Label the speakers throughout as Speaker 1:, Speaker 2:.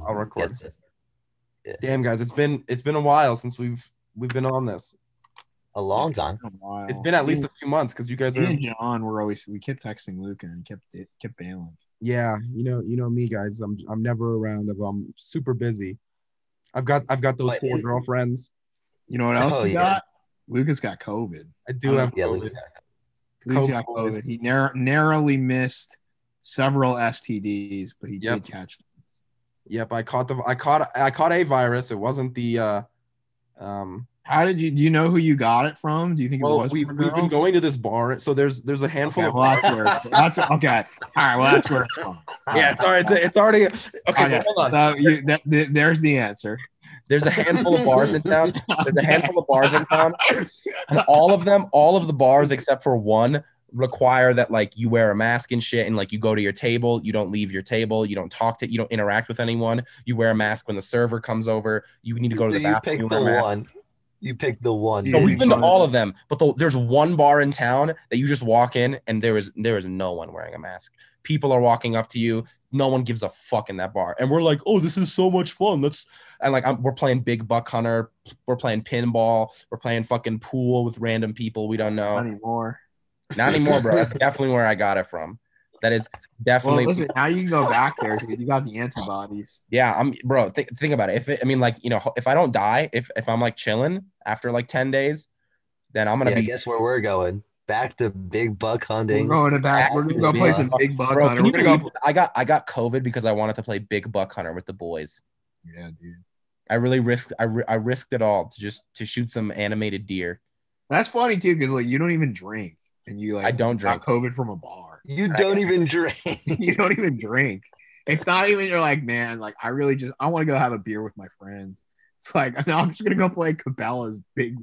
Speaker 1: I'll record.
Speaker 2: That's it.
Speaker 1: Damn guys, it's been it's been a while since we've we've been on this.
Speaker 2: A long time.
Speaker 3: a while.
Speaker 1: It's been at least a few months because you guys
Speaker 3: Me
Speaker 1: are
Speaker 3: and John were always we kept texting Luca and he kept it kept bailing.
Speaker 4: Yeah, you know, you know me, guys. I'm I'm never around. If I'm super busy, I've got I've got those
Speaker 2: But
Speaker 4: four
Speaker 2: it-
Speaker 4: girlfriends.
Speaker 3: You know what else
Speaker 2: Oh,
Speaker 3: he
Speaker 2: yeah.
Speaker 3: got? Luca's got COVID.
Speaker 1: I do have
Speaker 2: Yeah,
Speaker 1: COVID.
Speaker 2: Luke's got-
Speaker 3: Luca's got
Speaker 1: COVID is-
Speaker 3: COVID. He narrow, narrowly missed several STDs, but he
Speaker 1: Yep.
Speaker 3: did catch them.
Speaker 1: Yep, I caught the I caught I caught a virus. It wasn't the uh um
Speaker 3: How did you do you know who you got it from? Do you think it
Speaker 1: well
Speaker 3: was
Speaker 1: we,
Speaker 3: from a
Speaker 1: we've been
Speaker 3: girl?
Speaker 1: going to this bar. So there's there's a handful
Speaker 3: Okay,
Speaker 1: of
Speaker 3: well, that's where that's okay. All right, well that's where it's from.
Speaker 1: Yeah, sorry, it's, it's already okay,
Speaker 3: Okay,
Speaker 1: but hold on.
Speaker 3: So you, that, th- there's the answer.
Speaker 1: There's a handful of bars in town. There's a handful of bars in town, and all of them, all of the bars except for one, require that like you wear a mask and shit, and like you go to your table, you don't leave your table, you don't talk to, you don't interact with anyone, you wear a mask when the server comes over, you need to go to
Speaker 2: So
Speaker 1: the
Speaker 2: you
Speaker 1: bathroom.
Speaker 2: picked
Speaker 1: wear
Speaker 2: the
Speaker 1: a mask.
Speaker 2: one. You picked the one.
Speaker 1: No,
Speaker 3: Yeah,
Speaker 1: we've been to
Speaker 3: sure.
Speaker 1: all of them, but the, there's one bar in town that you just walk in and there is there is no one wearing a mask. People are walking up to you. No one gives a fuck in that bar, and we're like, "Oh, this is so much fun." Let's and like I'm, we're playing big buck hunter, we're playing pinball, we're playing fucking pool with random people we don't
Speaker 3: Not
Speaker 1: know.
Speaker 3: anymore.
Speaker 1: Not anymore, bro. That's definitely where I got it from. That is
Speaker 3: Well,
Speaker 1: definitely
Speaker 3: listen, now you can go back there dude. you got the antibodies.
Speaker 1: Yeah, I'm bro. Think think about it. If it, I mean, like you know, if I don't die, if if I'm like chilling after like ten days, then I'm gonna
Speaker 2: Yeah,
Speaker 1: be
Speaker 2: guess where we're going? Back to big buck
Speaker 3: We're
Speaker 2: hunting.
Speaker 3: going to back. We're gonna go play some big buck
Speaker 1: Bro,
Speaker 3: hunter.
Speaker 1: can
Speaker 3: We're
Speaker 1: you
Speaker 3: gonna
Speaker 1: believe
Speaker 3: go.
Speaker 1: I got I got COVID because I wanted to play big buck hunter with the boys.
Speaker 3: Yeah, dude.
Speaker 1: I really risked I, ri- I risked it all to just to shoot some animated deer.
Speaker 3: That's funny too, because like you don't even drink, and you like
Speaker 1: I don't drink.
Speaker 3: got COVID from a bar.
Speaker 2: You don't even drink.
Speaker 3: you don't even drink. It's not even you're like, man, like I really just I want to go have a beer with my friends. It's like no, I'm just gonna go play Cabela's big,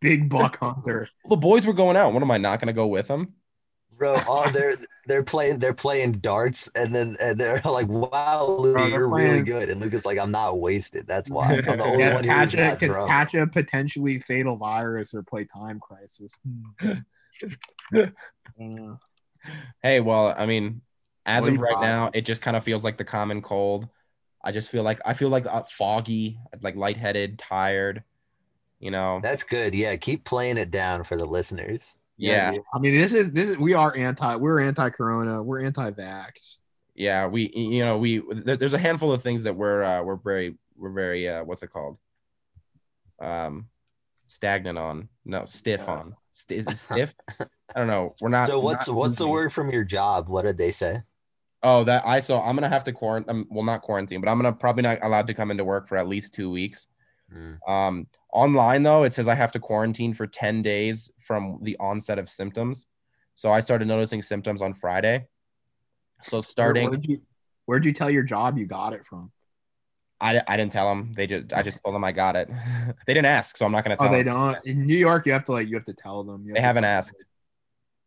Speaker 3: big buck hunter.
Speaker 1: Well, the boys were going out. What am I not going to go with them?
Speaker 2: Bro, all they're they're playing they're playing darts and then and they're like, "Wow,
Speaker 3: Bro,
Speaker 2: Luca,
Speaker 3: they're
Speaker 2: you're really
Speaker 3: playing-
Speaker 2: good." And Luca's like, "I'm not wasted. That's why I'm the only
Speaker 3: Yeah,
Speaker 2: one
Speaker 3: catch
Speaker 2: who's
Speaker 3: a,
Speaker 2: not
Speaker 3: could
Speaker 2: drunk."
Speaker 3: catch a potentially fatal virus or play Time Crisis. Uh,
Speaker 1: Hey, well, I mean, as
Speaker 3: What do
Speaker 1: of
Speaker 3: you
Speaker 1: right
Speaker 3: got?
Speaker 1: now, it just kind of feels like the common cold. I just feel like I feel like uh, foggy, like lightheaded, tired. You know,
Speaker 2: That's good. Yeah, keep playing it down for the listeners.
Speaker 1: yeah,
Speaker 3: dude. I mean, this is this is we are anti we're anti corona, we're anti vax.
Speaker 1: yeah. We, you know, we there, there's a handful of things that we're uh, we're very we're very uh, what's it called? Um, stagnant on. No, stiff
Speaker 3: Yeah.
Speaker 1: on. St- is it stiff? I don't know. We're not.
Speaker 2: So
Speaker 1: we're
Speaker 2: what's
Speaker 1: not
Speaker 2: what's the
Speaker 1: moving.
Speaker 2: word from your job? What did they say?
Speaker 1: Oh, that I saw. I'm gonna have to quarantine. Um, well, not quarantine, but I'm gonna probably not allowed to come into work for at least two weeks. Um, online though, it says I have to quarantine for ten days from the onset of symptoms. So I started noticing symptoms on Friday. So starting,
Speaker 3: Where'd you, where'd you tell your job you got it from?
Speaker 1: I, I didn't tell them. They just I just told them I got it. they didn't ask, so I'm not gonna tell
Speaker 3: Oh, they
Speaker 1: them.
Speaker 3: don't. In New York, you have to like you have to tell them. You
Speaker 1: Um, They
Speaker 3: have to
Speaker 1: haven't
Speaker 3: tell them
Speaker 1: asked.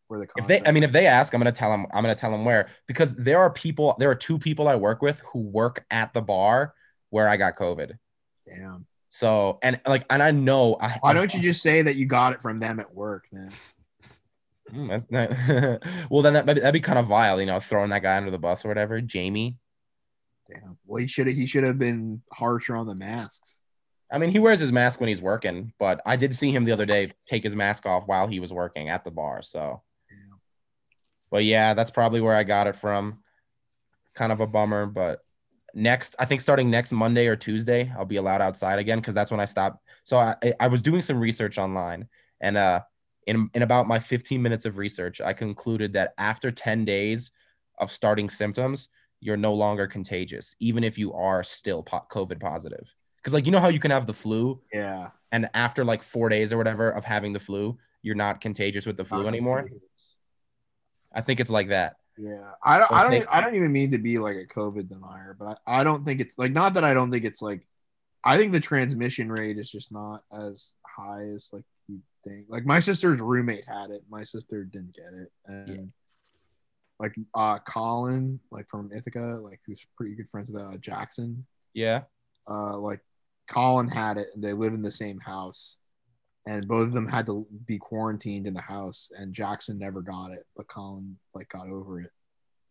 Speaker 3: Where the
Speaker 1: If they, I mean, if they ask, I'm gonna tell them. I'm gonna tell them where because there are people. There are two people I work with who work at the bar where I got COVID.
Speaker 3: damn.
Speaker 1: So and like and I know I
Speaker 3: Why don't you just say that you got it from them at work then?
Speaker 1: Mm, that's not, well then that that'd be kind of vile, you know, throwing that guy under the bus or whatever. Jamie,
Speaker 3: Damn. Well, he should have. He should have been harsher on the masks.
Speaker 1: I mean, he wears his mask when he's working, but I did see him the other day take his mask off while he was working at the bar. So,
Speaker 3: Damn.
Speaker 1: but yeah, that's probably where I got it from. Kind of a bummer, but next, I think starting next Monday or Tuesday, I'll be allowed outside again because that's when I stopped. So I, I- I was doing some research online, and uh, in in about my 15 minutes of research, I concluded that after 10 days of starting symptoms, you're no longer contagious, even if you are still po- COVID positive. Because like you know how you can have the flu
Speaker 3: Yeah.
Speaker 1: and after like four days or whatever of having the flu, you're not contagious with the flu
Speaker 3: Not
Speaker 1: anymore.
Speaker 3: contagious.
Speaker 1: I think it's like that.
Speaker 3: Yeah. I don't.
Speaker 1: Or
Speaker 3: I don't.
Speaker 1: take-
Speaker 3: e- I don't even mean to be like a COVID denier, but I, I don't think it's like not that I don't think it's like. I think the transmission rate is just not as high as like you think. Like my sister's roommate had it. My sister didn't get it, and
Speaker 1: Yeah.
Speaker 3: like uh Colin, like from Ithaca, like who's pretty good friends with uh, Jackson,
Speaker 1: Yeah.
Speaker 3: uh, like Colin had it, and they live in the same house, and both of them had to be quarantined in the house, and Jackson never got it, but Colin like got over it.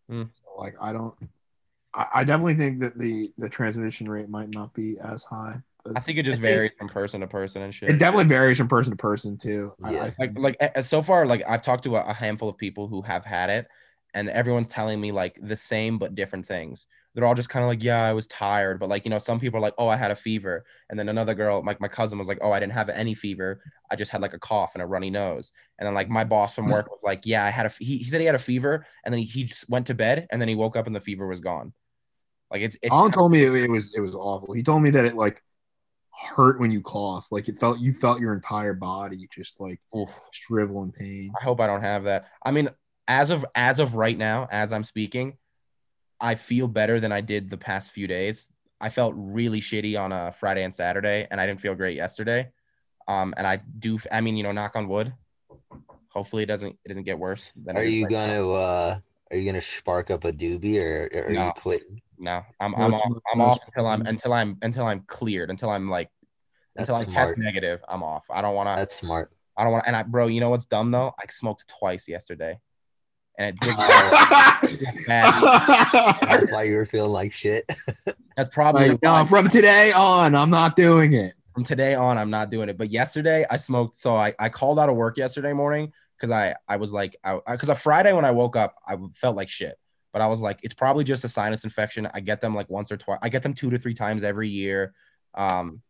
Speaker 1: Hmm.
Speaker 3: So like I don't, I, I definitely think that the the transmission rate might not be as high.
Speaker 1: I think it just varies from person to person and shit.
Speaker 3: It definitely varies from person to person too. I-
Speaker 2: Yeah.
Speaker 3: I, think-
Speaker 1: like like a- so far like i've talked to a, a handful of people who have had it and everyone's telling me like the same but different things they're all just kind of like yeah i was tired but like you know some people are like oh i had a fever and then another girl like my cousin was like oh i didn't have any fever i just had like a cough and a runny nose and then like my boss from work was like yeah i had a f- he, he said he had a fever and then he, he just went to bed and then he woke up and the fever was gone like it's, it's
Speaker 3: Alan told me it, it was it was awful. He told me that it like hurt when you cough. Like it felt you felt your entire body just like
Speaker 1: Oof.
Speaker 3: shrivel in pain.
Speaker 1: I hope I don't have that. I mean, as of as of right now, as I'm speaking, I feel better than I did the past few days. I felt really shitty on a Friday and Saturday, and I didn't feel great yesterday. Um, and I do. I mean, you know, knock on wood. Hopefully, it doesn't it doesn't get worse. Than it
Speaker 2: Are
Speaker 1: is
Speaker 2: you
Speaker 1: right now.
Speaker 2: gonna uh are you gonna spark up a doobie or, or are
Speaker 1: No.
Speaker 2: you quitting?
Speaker 1: No, I'm
Speaker 3: No,
Speaker 1: I'm
Speaker 3: it's
Speaker 1: off.
Speaker 3: not-
Speaker 1: I'm
Speaker 3: no,
Speaker 1: off
Speaker 3: it's-
Speaker 1: until I'm until I'm until I'm cleared. Until I'm like
Speaker 2: That's
Speaker 1: until I test
Speaker 2: smart.
Speaker 1: negative. I'm off. I don't want to.
Speaker 2: That's smart.
Speaker 1: I don't want to. And I, bro, you know what's dumb though? I smoked twice yesterday, and it did bad.
Speaker 2: That's why you were feeling like shit.
Speaker 1: That's probably
Speaker 3: like,
Speaker 1: why.
Speaker 3: no, from today on, I'm not doing it.
Speaker 1: from today on i'm not doing it but yesterday i smoked so i, I called out of work yesterday morning because i i was like i because a friday when i woke up i felt like shit but i was like it's probably just a sinus infection i get them like once or twice i get them two to three times every year um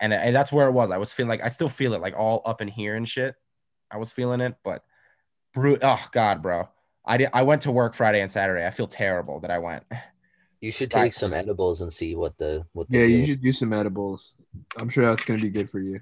Speaker 1: and, and that's where it was i was feeling like i still feel it like all up in here and shit i was feeling it but bru oh god bro i did i went to work friday and saturday i feel terrible that i went
Speaker 2: You should
Speaker 1: Right.
Speaker 2: take some edibles and see what the what the
Speaker 3: Yeah, you
Speaker 2: deal-
Speaker 3: should do some edibles. I'm sure that's gonna be good for you.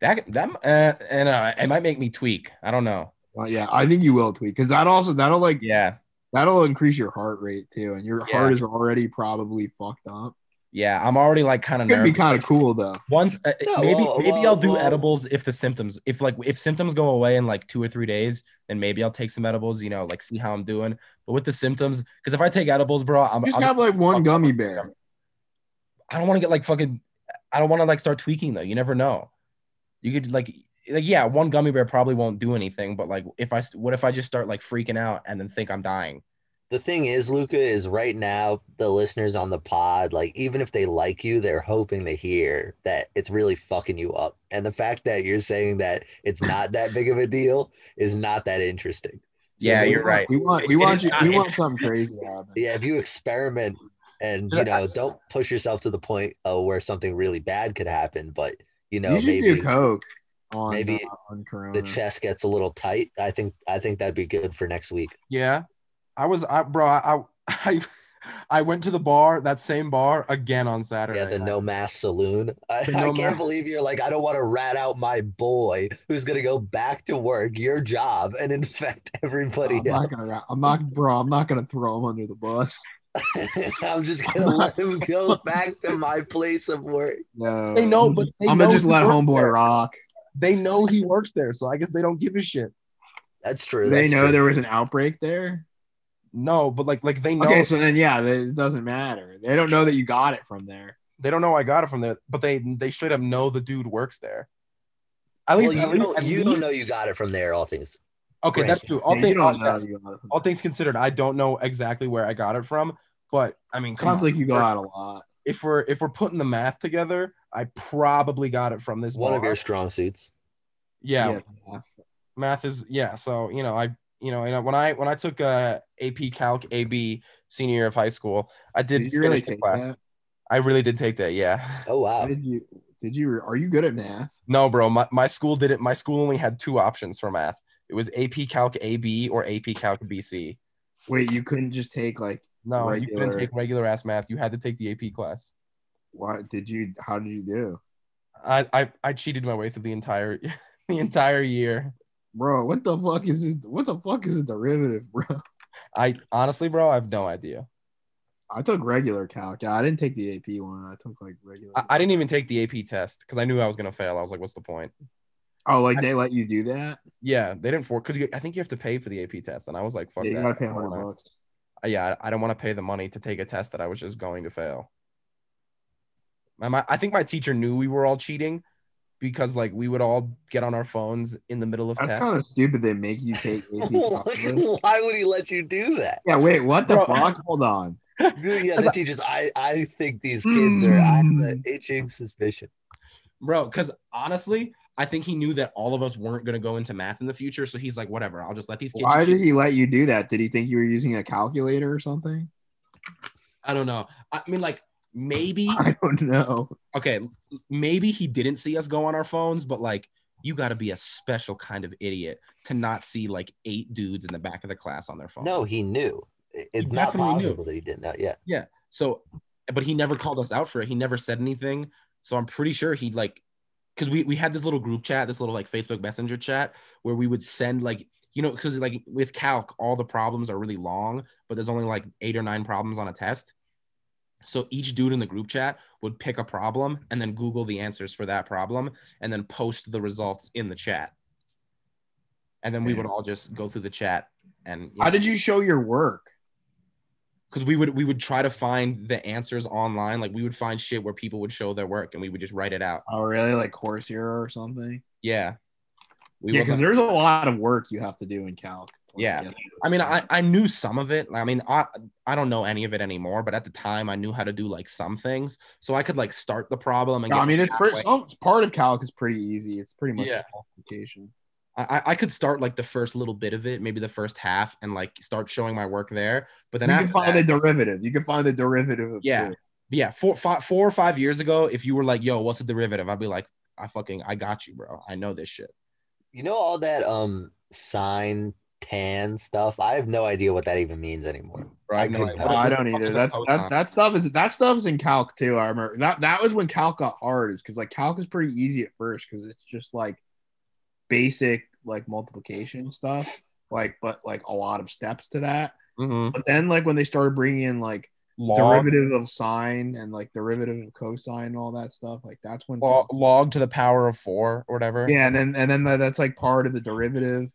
Speaker 1: that that uh, and uh, it might make me tweak i don't know
Speaker 3: Uh, yeah, I think you will tweet because that also that'll like
Speaker 1: yeah
Speaker 3: that'll increase your heart rate too, and your
Speaker 1: Yeah.
Speaker 3: heart is already probably fucked up.
Speaker 1: Yeah, I'm already like kind of
Speaker 3: It could
Speaker 1: nervous.
Speaker 3: be kind of cool though.
Speaker 1: Once uh,
Speaker 2: No,
Speaker 1: maybe
Speaker 2: well-
Speaker 1: maybe
Speaker 2: well-
Speaker 1: I'll do
Speaker 2: well-
Speaker 1: edibles if the symptoms if like if symptoms go away in like two or three days, then maybe I'll take some edibles. You know, like see how I'm doing. But with the symptoms, because if I take edibles, bro, I'm,
Speaker 3: Just
Speaker 1: I'm
Speaker 3: have like one
Speaker 1: fuck-
Speaker 3: gummy bear.
Speaker 1: I don't want to get like fucking. I don't want to like start tweaking though. You never know. You could like like yeah, one gummy bear probably won't do anything. But like if I st- what if I just start like freaking out and then think I'm dying?
Speaker 2: the thing is, Luca, is right now the listeners on the pod, like even if they like you, they're hoping to hear that it's really fucking you up. And the fact that you're saying that it's not that big of a deal is not that interesting. So
Speaker 1: Yeah,
Speaker 2: they-
Speaker 1: you're right.
Speaker 3: We want we
Speaker 1: It
Speaker 3: want
Speaker 1: is
Speaker 3: you,
Speaker 1: not-
Speaker 3: we want something crazy to happen.
Speaker 2: Yeah, if you experiment and you
Speaker 3: Yeah,
Speaker 2: know, don't push yourself to the point uh, where something really bad could happen, but you know,
Speaker 3: you should
Speaker 2: maybe
Speaker 3: do coke on
Speaker 2: maybe
Speaker 3: uh, on Corona.
Speaker 2: the chest gets a little tight. I think I think that'd be good for next week.
Speaker 5: Yeah, I was, I bro, I, I, I went to the bar, that same bar again on Saturday.
Speaker 2: Yeah, the no mask saloon. I,
Speaker 5: The
Speaker 2: I
Speaker 5: no
Speaker 2: can't
Speaker 5: mask-
Speaker 2: believe you're like, I don't want to rat out my boy who's gonna go back to work, your job, and infect everybody
Speaker 3: I'm not gonna. ra- I'm not, bro. I'm not gonna throw him under the bus.
Speaker 2: else. I'm just
Speaker 3: Oh
Speaker 2: gonna let him go back to my place of work.
Speaker 3: No,
Speaker 6: They know, but they
Speaker 3: I'm
Speaker 6: know
Speaker 3: gonna just
Speaker 6: he
Speaker 3: let
Speaker 6: works
Speaker 3: homeboy
Speaker 6: there.
Speaker 3: rock.
Speaker 6: They know he works there, so I guess they don't give a shit.
Speaker 2: That's true.
Speaker 3: They
Speaker 2: that's
Speaker 3: know
Speaker 2: true.
Speaker 3: there was an outbreak there.
Speaker 5: no, but like, like they know,
Speaker 3: Okay, so then yeah, they, it doesn't matter. They don't know that you got it from there.
Speaker 5: they don't know I got it from there, but they, they straight up know the dude works there. At
Speaker 2: Well,
Speaker 5: least,
Speaker 2: you,
Speaker 5: at least,
Speaker 2: don't,
Speaker 5: at
Speaker 2: you
Speaker 5: least-
Speaker 2: don't know you got it from there. All things.
Speaker 5: Okay, that's true. All
Speaker 3: They
Speaker 5: things, all,
Speaker 3: don't know you got it from
Speaker 5: all
Speaker 3: there.
Speaker 5: things considered, I don't know exactly where I got it from, but I mean, come
Speaker 3: Sounds
Speaker 5: on.
Speaker 3: like you got it a lot.
Speaker 5: if we're if we're putting the math together, I probably got it from this
Speaker 2: One
Speaker 5: bar.
Speaker 2: of your strong suits.
Speaker 5: yeah,
Speaker 3: yeah.
Speaker 5: math is yeah so you know i you know and I- when i when i took uh ap calc ab senior year of high school i did,
Speaker 3: Did you really
Speaker 5: finish the
Speaker 3: take
Speaker 5: class
Speaker 3: that?
Speaker 5: i really did take that yeah
Speaker 2: Oh wow.
Speaker 3: Did you? Did you? Are you good at math?
Speaker 5: no bro my, my school did it my school only had two options for math it was ap calc ab or ap calc bc
Speaker 3: Wait, you couldn't just take like
Speaker 5: no you
Speaker 3: Regular.
Speaker 5: couldn't take regular ass math you had to take the ap class
Speaker 3: what? Did you? How did you do,
Speaker 5: i i, I cheated my way through the entire the entire year
Speaker 3: bro? What the fuck is this? What the fuck is a derivative, bro?
Speaker 5: i honestly bro i have no idea
Speaker 3: I took regular calc. Yeah, I didn't take the AP one. I took like regular.
Speaker 5: i, I didn't even take the ap test because i knew i was going to fail i was like what's the point
Speaker 3: oh, like they let you do that?
Speaker 5: Yeah, they didn't for because I think you have to pay for the AP test, and I was like, "Fuck
Speaker 3: yeah, you
Speaker 5: that!"
Speaker 3: gotta pay
Speaker 5: I don't
Speaker 3: hundred
Speaker 5: wanna-
Speaker 3: bucks.
Speaker 5: I- Uh, yeah, I I don't want to pay the money to take a test that I was just going to fail. My, my, I think my teacher knew we were all cheating because like we would all get on our phones in the middle of
Speaker 3: That's
Speaker 5: test.
Speaker 3: kind of stupid. They make you take AP calc.
Speaker 2: Why would he let you do that?
Speaker 3: yeah, wait, what the
Speaker 5: Bro.
Speaker 3: fuck? Hold on.
Speaker 2: yeah, the teachers. I I think these kids are. I
Speaker 1: Hmm.
Speaker 2: have an itching suspicion.
Speaker 1: bro. Because honestly, I think he knew that all of us weren't gonna go into math in the future, so he's like, whatever. I'll just let these kids.
Speaker 3: Why
Speaker 1: choose."
Speaker 3: did he let you do that? Did he think you were using a calculator or something?
Speaker 1: I don't know. I mean, like maybe
Speaker 3: I don't know.
Speaker 1: okay, l- maybe he didn't see us go on our phones, but like you got to be a special kind of idiot to not see like eight dudes in the back of the class on their phone.
Speaker 2: No, he knew. It- It's not
Speaker 1: definitely knew.
Speaker 2: possible that he didn't know. Yeah.
Speaker 1: So, but he never called us out for it. He never said anything. So I'm pretty sure he like, because we we had this little group chat, this little like Facebook Messenger chat where we would send like you know because like with calc all the problems are really long, but there's only like eight or nine problems on a test. So each dude in the group chat would pick a problem and then Google the answers for that problem and then post the results in the chat. And then we would all just go through the chat and
Speaker 3: How did you show your work?
Speaker 1: because we would we would try to find the answers online. Like we would find shit where people would show their work, and we would just write it out.
Speaker 3: Oh, really? Like course hero or something?
Speaker 1: Yeah, we
Speaker 3: yeah,
Speaker 1: would,
Speaker 3: because
Speaker 1: like-
Speaker 3: there's a lot of work you have to do in calc.
Speaker 1: Yeah.
Speaker 3: Like,
Speaker 1: I mean, I, I knew some of it. I mean, I I don't know any of it anymore, but at the time, I knew how to do like some things, so I could like start the problem and
Speaker 3: No, I
Speaker 1: get-
Speaker 3: mean, it's pretty,
Speaker 1: halfway.
Speaker 3: some part of calc is pretty easy. It's pretty much
Speaker 1: Yeah.
Speaker 3: just multiplication.
Speaker 1: I I- I could start like the first little bit of it, maybe the first half, and like start showing my work there. But then
Speaker 3: you
Speaker 1: after
Speaker 3: can find
Speaker 1: that-
Speaker 3: a derivative. You can find a derivative of
Speaker 1: Yeah.
Speaker 3: two.
Speaker 1: yeah, four five four or five years ago, if you were like, "Yo, what's the derivative?" I'd be like, "I fucking I got you, bro. I know this shit."
Speaker 2: You know all that um sine tan stuff. I have no idea what that even means anymore.
Speaker 1: Bro,
Speaker 2: I
Speaker 1: have no
Speaker 2: couldn't-
Speaker 1: idea.
Speaker 3: No,
Speaker 1: What-
Speaker 3: I
Speaker 1: what
Speaker 3: don't
Speaker 1: the fuck
Speaker 3: either.
Speaker 1: is a
Speaker 3: That's
Speaker 1: photon?
Speaker 3: that, that stuff is that stuff is in calc too. I remember that that was when calc got hard is because like calc is pretty easy at first because it's just like basic like multiplication stuff. Like, but like a lot of steps to that.
Speaker 1: Mhm.
Speaker 3: But then like when they started bringing in like
Speaker 1: Log,
Speaker 3: derivative of sine and like derivative of cosine and all that stuff, like that's when
Speaker 1: log, log to the power of four or whatever.
Speaker 3: yeah, and then and then that- that's like part of the derivative.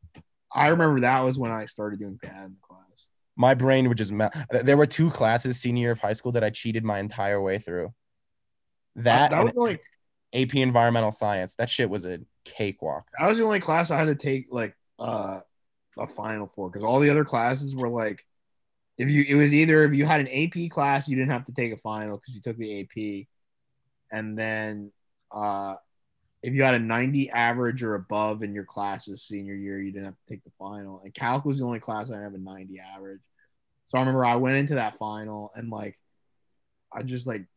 Speaker 3: I remember that was when I started doing bad in class.
Speaker 1: My brain would just melt. There were two classes senior year of high school that I cheated my entire way through. That,
Speaker 3: that was
Speaker 1: and
Speaker 3: like
Speaker 1: AP Environmental Science. That shit was a cakewalk.
Speaker 3: that was the only class I had to take like uh a final for because all the other classes were like if you it was either if you had an AP class you didn't have to take a final because you took the AP and then uh if you had a 90 average or above in your classes senior year you didn't have to take the final and calc was the only class I didn't have a 90 average so I remember I went into that final and like I just like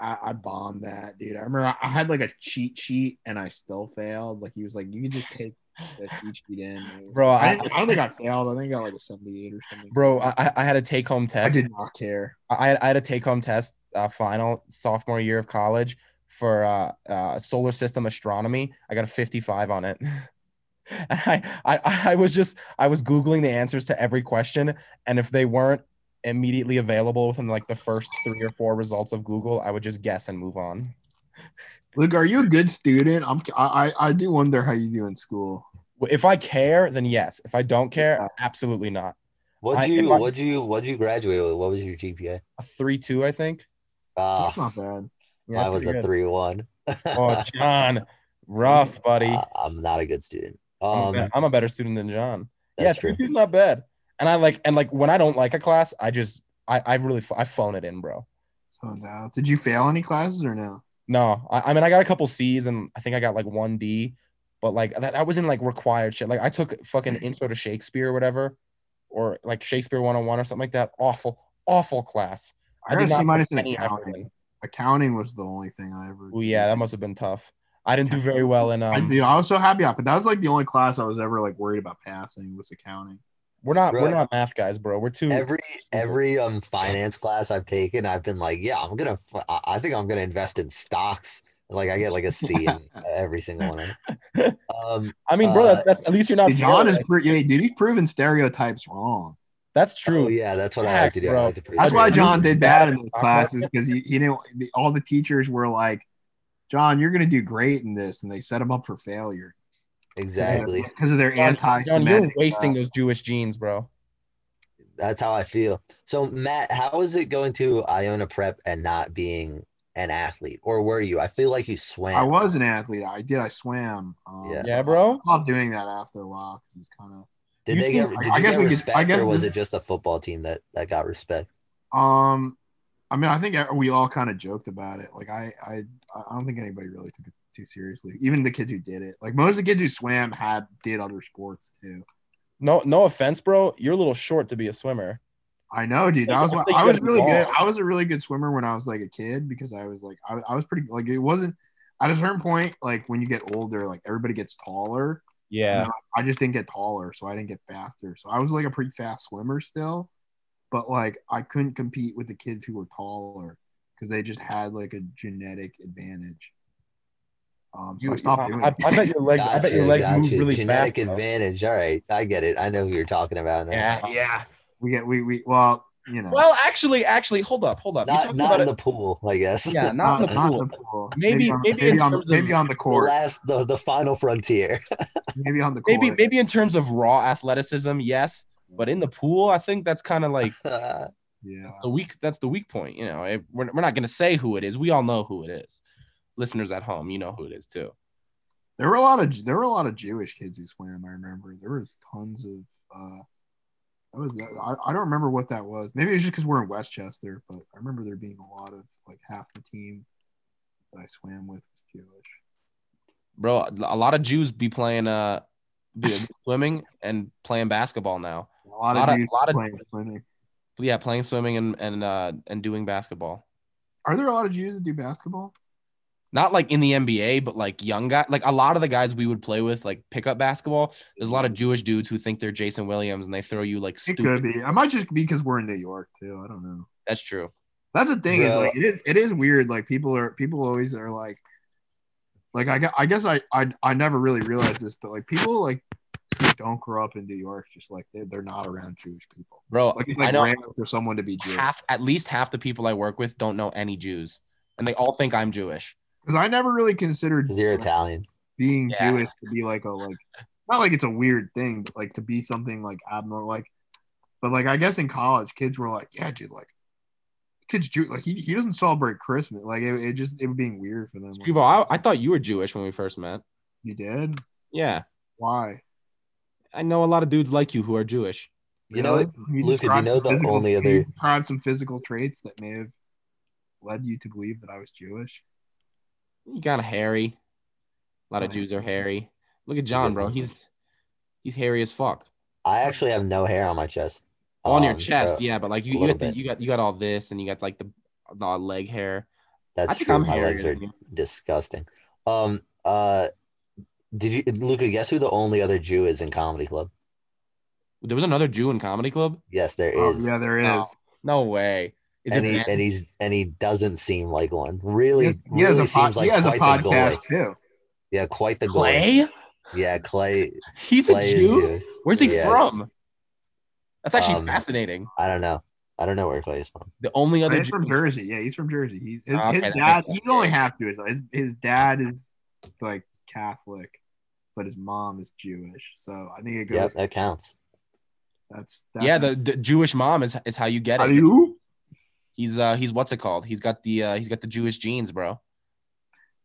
Speaker 3: I, I bombed that, dude. I remember I, I had like a cheat sheet and I still failed. Like he was like, you can just take the cheat sheet in,
Speaker 1: Bro,
Speaker 3: I,
Speaker 1: I,
Speaker 3: didn't, I don't think I failed. I think I got like a seventy-eight or something.
Speaker 1: bro, I, I had a take home
Speaker 3: I
Speaker 1: test.
Speaker 3: did not care.
Speaker 1: I, I had a take home test uh, final sophomore year of college for uh, uh, solar system astronomy. I got a 55 on it. And I, I, I was just, I was Googling the answers to every question. And if they weren't immediately available within like the first three or four results of Google, I would just guess and move on.
Speaker 3: Luke, are you a good student? I'm. I I I do wonder how you do in school.
Speaker 1: If I care, then yes. If I don't care, absolutely not. I-
Speaker 2: What'd you
Speaker 1: if I-
Speaker 2: what'd you what'd you graduate with? What was your GPA?
Speaker 1: A 3 2, I think.
Speaker 2: Uh,
Speaker 3: That's not bad.
Speaker 1: Yeah, that's
Speaker 2: mine was
Speaker 1: pretty
Speaker 2: a
Speaker 1: good.
Speaker 2: three one.
Speaker 1: Oh, John, rough, buddy.
Speaker 2: I'm not a good student.
Speaker 1: I'm a
Speaker 2: Um
Speaker 1: be- I'm a better student than John. yeah,
Speaker 2: that's
Speaker 1: three
Speaker 2: true.
Speaker 1: two's not bad. And I like and like when I don't like a class, I just I I really ph- I phone it in, bro.
Speaker 3: So now, did you fail any classes or no?
Speaker 1: No, I, I mean I got a couple C's and I think I got like one D, but like that, that was in like required shit. Like I took fucking
Speaker 2: Mm.
Speaker 1: intro to Shakespeare or whatever, or like Shakespeare 101 or something like that. Awful, awful class.
Speaker 3: I, got a C minus in
Speaker 1: any effort
Speaker 3: accounting.
Speaker 1: in.
Speaker 3: Accounting was the only thing I ever.
Speaker 1: Ooh, yeah, that must have been tough. I didn't do very well in
Speaker 3: I
Speaker 1: um.
Speaker 3: do. I was so happy, I- but that was like the only class I was ever like worried about passing was accounting.
Speaker 1: We're not we're
Speaker 2: Right.
Speaker 1: not math guys, bro. We're too.
Speaker 2: Every every um finance class I've taken, I've been like, yeah, I'm gonna f- I I think I'm gonna invest in stocks. Like I get like a C in every single one. of them. Um
Speaker 1: I mean, bro,
Speaker 2: uh,
Speaker 1: that's, that's at least you're not.
Speaker 3: Dude, John is
Speaker 1: failing.
Speaker 3: pre- yeah, dude, he's proven stereotypes wrong.
Speaker 1: That's
Speaker 2: Oh,
Speaker 1: true.
Speaker 2: yeah, that's what I like
Speaker 1: Facts,
Speaker 2: to do. I
Speaker 1: bro.
Speaker 2: like to prove
Speaker 3: That's
Speaker 2: it.
Speaker 3: why John did bad in those
Speaker 1: Uh-huh.
Speaker 3: classes because he, he didn't. All the teachers were like, "John, you're gonna do great in this," and they set him up for failure
Speaker 2: exactly.
Speaker 3: because of their
Speaker 1: John, John,
Speaker 3: anti-Semitic.
Speaker 1: you're wasting those Jewish genes, bro.
Speaker 2: That's how I feel. So Matt, how is it going to Iona Prep and not being an athlete, or were you? I feel like you swam.
Speaker 3: I was an athlete. I did. I swam. Um,
Speaker 2: Yeah.
Speaker 1: Yeah, bro.
Speaker 3: Stopped doing that after a while because it's kind of.
Speaker 2: Did
Speaker 1: You
Speaker 2: they
Speaker 1: seem-
Speaker 2: get? Did
Speaker 3: I
Speaker 2: you
Speaker 3: guess
Speaker 2: get
Speaker 3: we could- I
Speaker 2: respect,
Speaker 3: guess
Speaker 2: or was
Speaker 3: this-
Speaker 2: it just a football team that that got respect?
Speaker 3: Um, I mean, I think we all kind of joked about it. Like, I, I, I don't think anybody really took it too seriously. Even the kids who did it, like most of the kids who swam had did other sports too.
Speaker 1: No, no offense, bro. You're a little short to be a swimmer.
Speaker 3: I know, dude. That
Speaker 1: I
Speaker 3: was
Speaker 1: don't
Speaker 3: what,
Speaker 1: think
Speaker 3: I
Speaker 1: you
Speaker 3: was
Speaker 1: gotta
Speaker 3: really good.
Speaker 1: evolve.
Speaker 3: I was a really good swimmer when I was like a kid because I was like I, I was pretty like it wasn't at a certain point like when you get older like everybody gets taller.
Speaker 1: Yeah.
Speaker 3: I just didn't get taller, so I didn't get faster. So I was like a pretty fast swimmer still, but like I couldn't compete with the kids who were taller because they just had like a genetic advantage. Um, so I
Speaker 1: You-
Speaker 3: stopped
Speaker 1: I,
Speaker 3: doing
Speaker 1: I,
Speaker 3: it.
Speaker 1: I bet your legs. I bet your
Speaker 2: Gotcha,
Speaker 1: legs move
Speaker 2: gotcha.
Speaker 1: really
Speaker 2: Genetic
Speaker 1: fast. bro.
Speaker 2: advantage. All right, I get it. I know who you're talking about. Now.
Speaker 1: Yeah, yeah.
Speaker 3: we get we we well you know
Speaker 1: Well, actually, actually, hold up, hold up. You're
Speaker 2: Not
Speaker 1: talking
Speaker 2: not
Speaker 1: about
Speaker 2: in the
Speaker 1: it-
Speaker 2: pool, I guess.
Speaker 1: yeah, not in the pool.
Speaker 3: pool.
Speaker 1: Maybe-
Speaker 3: on,
Speaker 1: maybe in
Speaker 3: on
Speaker 1: terms of-
Speaker 3: maybe on the
Speaker 2: the
Speaker 3: court.
Speaker 2: last the, the final frontier.
Speaker 3: Maybe on the court.
Speaker 1: Maybe, maybe in terms of raw athleticism, yes, but in the pool, I think that's kind of like
Speaker 3: Yeah.
Speaker 1: that's the weak. That's the weak point. You know, It- we're, we're not gonna say who it is. We all know who it is. Listeners at home, you know who it is too.
Speaker 3: There were a lot of there were a lot of Jewish kids who swam. I remember there was tons of. Uh, that was I, I don't remember what that was. Maybe it was just because we're in Westchester, but I remember there being a lot of like half the team that I swam with was Jewish.
Speaker 1: bro. A lot of Jews be playing uh, be swimming and playing basketball now.
Speaker 3: A lot,
Speaker 1: Lot
Speaker 3: of
Speaker 1: of-
Speaker 3: Jews
Speaker 1: lot of-
Speaker 3: playing swimming.
Speaker 1: Yeah, playing swimming and and uh, and doing basketball.
Speaker 3: Are there a lot of Jews that do basketball?
Speaker 1: Not like in the NBA, but like young guy. Like a lot of the guys we would play with, like pick up basketball. There's a lot of Jewish dudes who think they're Jason Williams and they throw you like
Speaker 3: Mm-hmm. It could
Speaker 1: stupid.
Speaker 3: be. I might just be because we're in New York too. I don't know.
Speaker 1: That's true.
Speaker 3: That's the thing is
Speaker 2: Bro.
Speaker 3: like it is it is weird. Like people are people always are like like I, gu- I guess I, I I never really realized this, but like people like who don't grow up in New York just like they're, they're not around Jewish people.
Speaker 1: Bro,
Speaker 3: Like it's
Speaker 1: I
Speaker 3: like
Speaker 1: know
Speaker 3: rare for someone to be Jewish.
Speaker 1: half at least half the people I work with don't know any Jews, and they all think I'm Jewish.
Speaker 3: Because I never really considered
Speaker 2: Because you're
Speaker 3: like,
Speaker 2: Italian.
Speaker 3: being
Speaker 1: Yeah.
Speaker 3: Jewish to be like a like not like it's a weird thing, but like to be something like abnormal like but like I guess in college kids were like, Yeah, dude, like kids Jew like he, he doesn't celebrate Christmas. Like it, it just it would being weird for them. Like,
Speaker 1: Scrivo, I, I thought you were Jewish when we first met.
Speaker 3: you did?
Speaker 1: Yeah,
Speaker 3: Why?
Speaker 1: I know a lot of dudes like you who are Jewish.
Speaker 2: You know what? Luca, do you
Speaker 3: described
Speaker 2: know
Speaker 3: some
Speaker 2: the
Speaker 3: physical-
Speaker 2: only
Speaker 3: you
Speaker 2: other-
Speaker 3: described some physical traits that may have led you to believe that I was Jewish?
Speaker 1: You kind of hairy. A lot of
Speaker 3: Right.
Speaker 1: Jews are hairy. Look at John, bro. He's he's hairy as fuck.
Speaker 2: I actually have no hair on my chest.
Speaker 1: On your
Speaker 2: Um,
Speaker 1: chest,
Speaker 2: bro,
Speaker 1: yeah, but like
Speaker 2: a
Speaker 1: you, you
Speaker 2: little
Speaker 1: got the,
Speaker 2: bit.
Speaker 1: you got you got all this, and you got like the the leg hair. I
Speaker 2: That's
Speaker 1: think
Speaker 2: true.
Speaker 1: I'm
Speaker 2: My
Speaker 1: hairier
Speaker 2: legs are
Speaker 1: than you.
Speaker 2: disgusting. Um. Uh. Did you, Luca? Guess who the only other Jew is in comedy club?
Speaker 1: There was another Jew in comedy club.
Speaker 2: Yes, there
Speaker 3: Oh,
Speaker 2: is.
Speaker 3: yeah, there is.
Speaker 1: No. No way. Is
Speaker 2: and
Speaker 1: it
Speaker 2: he,
Speaker 1: Ben?
Speaker 2: and he's and he doesn't seem like one. Really,
Speaker 3: he has
Speaker 2: really
Speaker 3: a, pod-
Speaker 2: seems like
Speaker 3: he has a
Speaker 2: quite the goalie.
Speaker 3: podcast too.
Speaker 2: Yeah, quite the goalie.
Speaker 1: Clay?
Speaker 2: Yeah, Clay.
Speaker 1: He's
Speaker 2: Clay
Speaker 1: a
Speaker 2: is
Speaker 1: Jew.
Speaker 2: Jew.
Speaker 1: Where's he
Speaker 2: Yeah.
Speaker 1: from? That's actually
Speaker 2: Um,
Speaker 1: fascinating.
Speaker 2: I don't know. I don't know where Clay is from.
Speaker 1: The only other
Speaker 3: He's
Speaker 1: Jew.
Speaker 3: from Jersey. Yeah, he's from Jersey. He's his,
Speaker 1: Okay,
Speaker 3: his
Speaker 1: that makes
Speaker 3: dad.
Speaker 1: sense.
Speaker 3: He's only half Jewish. His his dad is like Catholic, but his mom is Jewish. So I think it goes.
Speaker 2: Yep, that counts.
Speaker 3: That's, that's
Speaker 1: yeah, the, the Jewish mom is is how you get
Speaker 3: How
Speaker 1: it.
Speaker 3: do you?
Speaker 1: He's uh he's what's it called? He's got the uh he's got the Jewish genes, bro.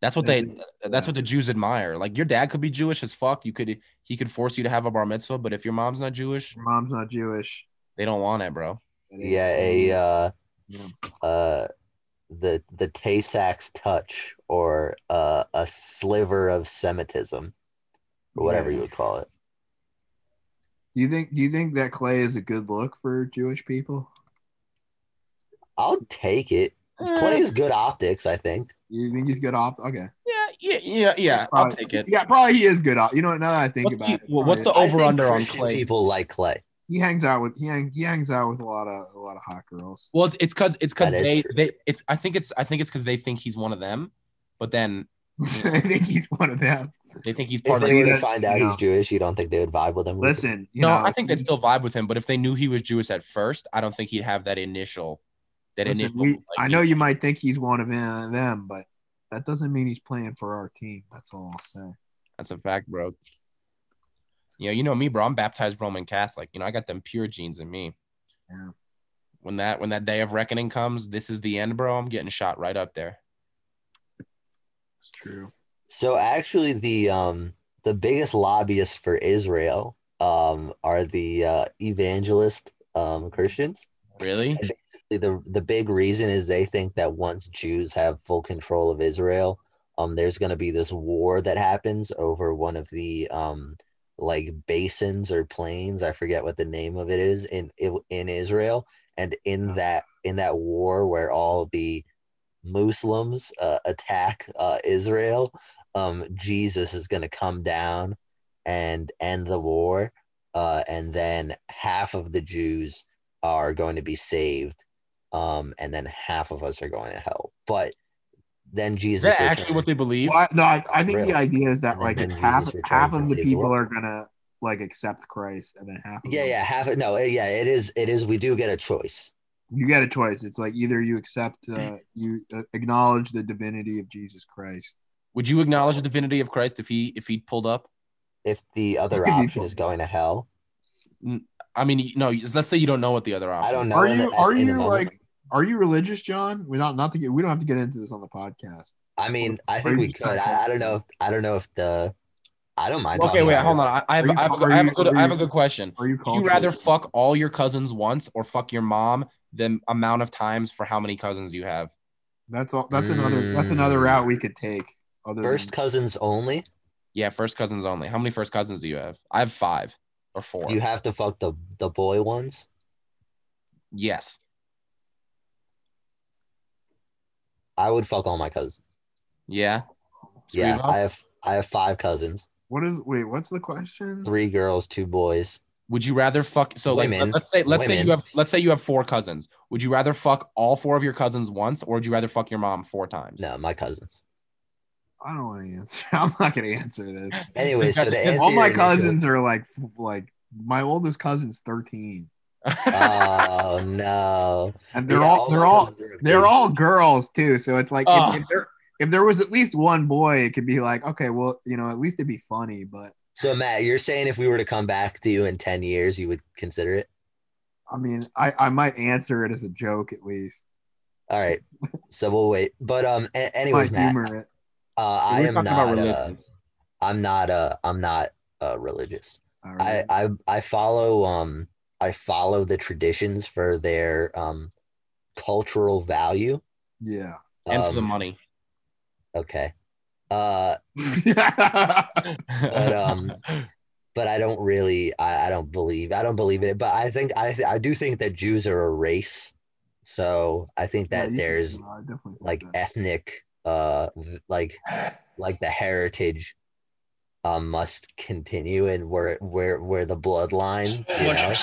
Speaker 1: That's what they that's what the Jews admire. Like your dad could be Jewish as fuck. You could he could force you to have a bar mitzvah, but if your mom's not Jewish,
Speaker 3: Your mom's not Jewish.
Speaker 1: they don't want it, bro.
Speaker 3: That is-
Speaker 2: Yeah, a uh,
Speaker 3: Yeah.
Speaker 2: uh, the the Tay Sachs touch or uh, a sliver of Semitism or whatever
Speaker 3: Yeah.
Speaker 2: you would call it.
Speaker 3: Do you think do you think that clay is a good look for Jewish people?
Speaker 2: I'll take it.
Speaker 1: Eh,
Speaker 2: Clay is good optics, I think.
Speaker 3: You think he's good off? Okay.
Speaker 1: Yeah, yeah, yeah, yeah. I'll take it.
Speaker 3: Yeah, probably he is good off. You know, now that I think
Speaker 1: What's
Speaker 3: about
Speaker 1: the-
Speaker 3: it,
Speaker 1: well, what's the
Speaker 3: probably-
Speaker 1: over
Speaker 2: I think
Speaker 1: under on
Speaker 2: Christian
Speaker 1: Clay?
Speaker 2: People like Clay.
Speaker 3: he hangs out with he, hang, he hangs out with a lot of a lot of hot girls.
Speaker 1: Well, it's- it's cause it's cause
Speaker 2: That is
Speaker 1: they
Speaker 2: true.
Speaker 1: they it's I think it's I think it's cause they think he's one of them, but then
Speaker 3: I think he's one of them.
Speaker 1: they think he's
Speaker 2: If
Speaker 1: part of.
Speaker 2: they were
Speaker 1: the
Speaker 2: to
Speaker 3: that-
Speaker 2: find out
Speaker 3: no.
Speaker 2: he's Jewish, you don't think they would vibe with him?
Speaker 3: Listen, you
Speaker 1: No,
Speaker 3: know,
Speaker 1: I think they'd still vibe with him, but if they knew he was Jewish at first, I don't think he'd have that initial that
Speaker 3: listen,
Speaker 1: initial.
Speaker 3: we-
Speaker 1: like,
Speaker 3: I know you might think he's one of them- them, but that doesn't mean he's playing for our team. That's all I'll say.
Speaker 1: That's a fact, bro. You know, you know me, bro. I'm baptized Roman Catholic. You know, I got them pure genes in me.
Speaker 3: Yeah.
Speaker 1: When that when that day of reckoning comes, this is the end, bro. I'm getting shot right up there.
Speaker 3: It's true.
Speaker 2: So actually, the um the biggest lobbyists for Israel um are the uh, evangelist um Christians.
Speaker 1: Really?
Speaker 2: the the big reason is they think that once Jews have full control of Israel, um, there's going to be this war that happens over one of the um, like basins or plains. I forget what the name of it is in in Israel, and
Speaker 1: Oh.
Speaker 2: in that in that war where all the Muslims uh, attack uh, Israel, um, Jesus is going to come down and end the war, uh, and then half of the Jews are going to be saved, um, and then half of us are going to hell. But then Jesus
Speaker 1: Is that actually what they believe?
Speaker 3: Well, I, no, I, I think
Speaker 2: Really?
Speaker 3: the idea is that
Speaker 2: And
Speaker 3: like
Speaker 2: then
Speaker 3: it's half
Speaker 2: Jesus returns
Speaker 3: half of
Speaker 2: and
Speaker 3: the
Speaker 2: saves the
Speaker 3: people
Speaker 2: world.
Speaker 3: are gonna like accept Christ, and then half. Of
Speaker 2: yeah
Speaker 3: them-
Speaker 2: yeah half no it- yeah it is it is we do get a choice
Speaker 3: You get a choice. It's like either you accept,
Speaker 1: Mm.
Speaker 3: uh, you uh, acknowledge the divinity of Jesus Christ.
Speaker 1: Would you acknowledge the divinity of Christ if he if he pulled up?
Speaker 2: if the other
Speaker 3: could be
Speaker 2: option
Speaker 3: both.
Speaker 2: is going to hell.
Speaker 1: I mean, no. Let's say you don't know what the other option.
Speaker 2: I don't
Speaker 1: is.
Speaker 2: know.
Speaker 3: are
Speaker 2: in the-
Speaker 3: you are
Speaker 2: in the
Speaker 3: you
Speaker 2: moment.
Speaker 3: like are you religious, John? We not not to get we don't have to get into this on the podcast.
Speaker 2: I mean, I
Speaker 3: Or
Speaker 2: think
Speaker 3: you
Speaker 2: we
Speaker 3: just
Speaker 2: could.
Speaker 3: kinda
Speaker 2: I, I don't know. If, I don't know if the. I don't mind.
Speaker 1: Okay,
Speaker 2: talking
Speaker 1: wait,
Speaker 2: about
Speaker 1: hold
Speaker 2: it.
Speaker 1: on. I, I have
Speaker 3: Are you-
Speaker 1: I have, a,
Speaker 3: are
Speaker 1: I have a
Speaker 3: you-
Speaker 1: good I
Speaker 3: are
Speaker 1: have a
Speaker 3: you-
Speaker 1: good question.
Speaker 3: Are you
Speaker 1: Would
Speaker 3: called?
Speaker 1: you rather fuck all your cousins once or fuck your mom the amount of times for how many cousins you have?
Speaker 3: That's all. That's another. That's another
Speaker 2: Mm.
Speaker 3: route we could take. Other
Speaker 2: First
Speaker 3: first,
Speaker 2: cousins only.
Speaker 1: Yeah, first cousins only. How many first cousins do you have? I have five or four.
Speaker 2: Do you have to fuck the the boy ones?
Speaker 1: yes.
Speaker 2: I would fuck all my cousins.
Speaker 1: Yeah.
Speaker 2: Yeah,
Speaker 1: Sweevo?
Speaker 2: I have I have five cousins,
Speaker 3: what is? Wait, what's the question?
Speaker 2: three girls, two boys.
Speaker 1: Would you rather fuck so like
Speaker 2: Women.
Speaker 1: let's say let's say
Speaker 2: Women.
Speaker 1: you have let's say you have four cousins. Would you rather fuck all four of your cousins once or would you rather fuck your mom four times?
Speaker 2: No, my cousins.
Speaker 3: I don't want to answer. I'm not gonna answer this.
Speaker 2: Anyway, so to
Speaker 1: Because
Speaker 2: answer
Speaker 3: All
Speaker 2: your
Speaker 3: my
Speaker 2: initial-
Speaker 3: cousins are like f- like my oldest cousin's 13,
Speaker 2: Oh no!
Speaker 3: and they're
Speaker 2: Yeah,
Speaker 3: all they're
Speaker 2: my
Speaker 3: all
Speaker 2: cousins are a
Speaker 3: they're
Speaker 2: baby.
Speaker 3: all girls too. So it's like
Speaker 1: Ah.
Speaker 3: if, if there if there was at least one boy, it could be like okay, well you know at least it'd be funny, but.
Speaker 2: So Matt, you're saying if we were to come back to you in ten years, you would consider it?
Speaker 3: I mean, I, I might answer it as a joke at least.
Speaker 2: All right. So we'll wait. But um, a- anyways,
Speaker 3: Might
Speaker 2: Matt,
Speaker 3: humor it.
Speaker 2: uh, I
Speaker 1: We're
Speaker 2: am
Speaker 1: talking
Speaker 2: not. Uh, I'm not. Uh, I'm not uh, religious.
Speaker 3: All
Speaker 2: I,
Speaker 3: right.
Speaker 2: I I follow um I follow the traditions for their um cultural value.
Speaker 3: yeah.
Speaker 1: and for the
Speaker 2: Um,
Speaker 1: money.
Speaker 2: okay. Uh but um but I don't really I, I don't believe I don't believe in it. But I think I I do think that Jews are a race. So I think
Speaker 3: Yeah,
Speaker 2: that
Speaker 3: you can-
Speaker 2: there's
Speaker 3: no, I definitely think
Speaker 2: like
Speaker 3: that.
Speaker 2: ethnic uh v- like like the heritage um must continue and where where where the bloodline you know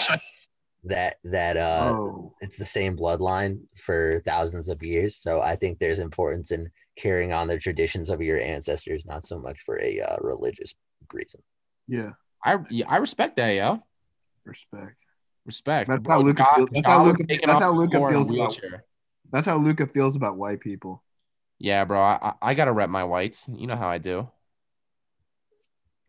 Speaker 2: that that uh
Speaker 3: oh,
Speaker 2: it's the same bloodline for thousands of years. So I think there's importance in carrying on the traditions of your ancestors, not so much for a uh, religious reason.
Speaker 3: yeah.
Speaker 1: I yeah, I respect that, yo.
Speaker 3: Respect.
Speaker 1: Respect.
Speaker 3: That's
Speaker 1: Bro,
Speaker 3: how Luca
Speaker 1: God-
Speaker 3: feels- that's how
Speaker 1: God was
Speaker 3: Luca-
Speaker 1: taken
Speaker 3: that's
Speaker 1: off
Speaker 3: how
Speaker 1: the
Speaker 3: Luca
Speaker 1: floor in a
Speaker 3: feels about-
Speaker 1: wheelchair.
Speaker 3: That's how Luca feels about white people.
Speaker 1: Yeah, bro. I, I- I gotta rep my whites. You know how I do.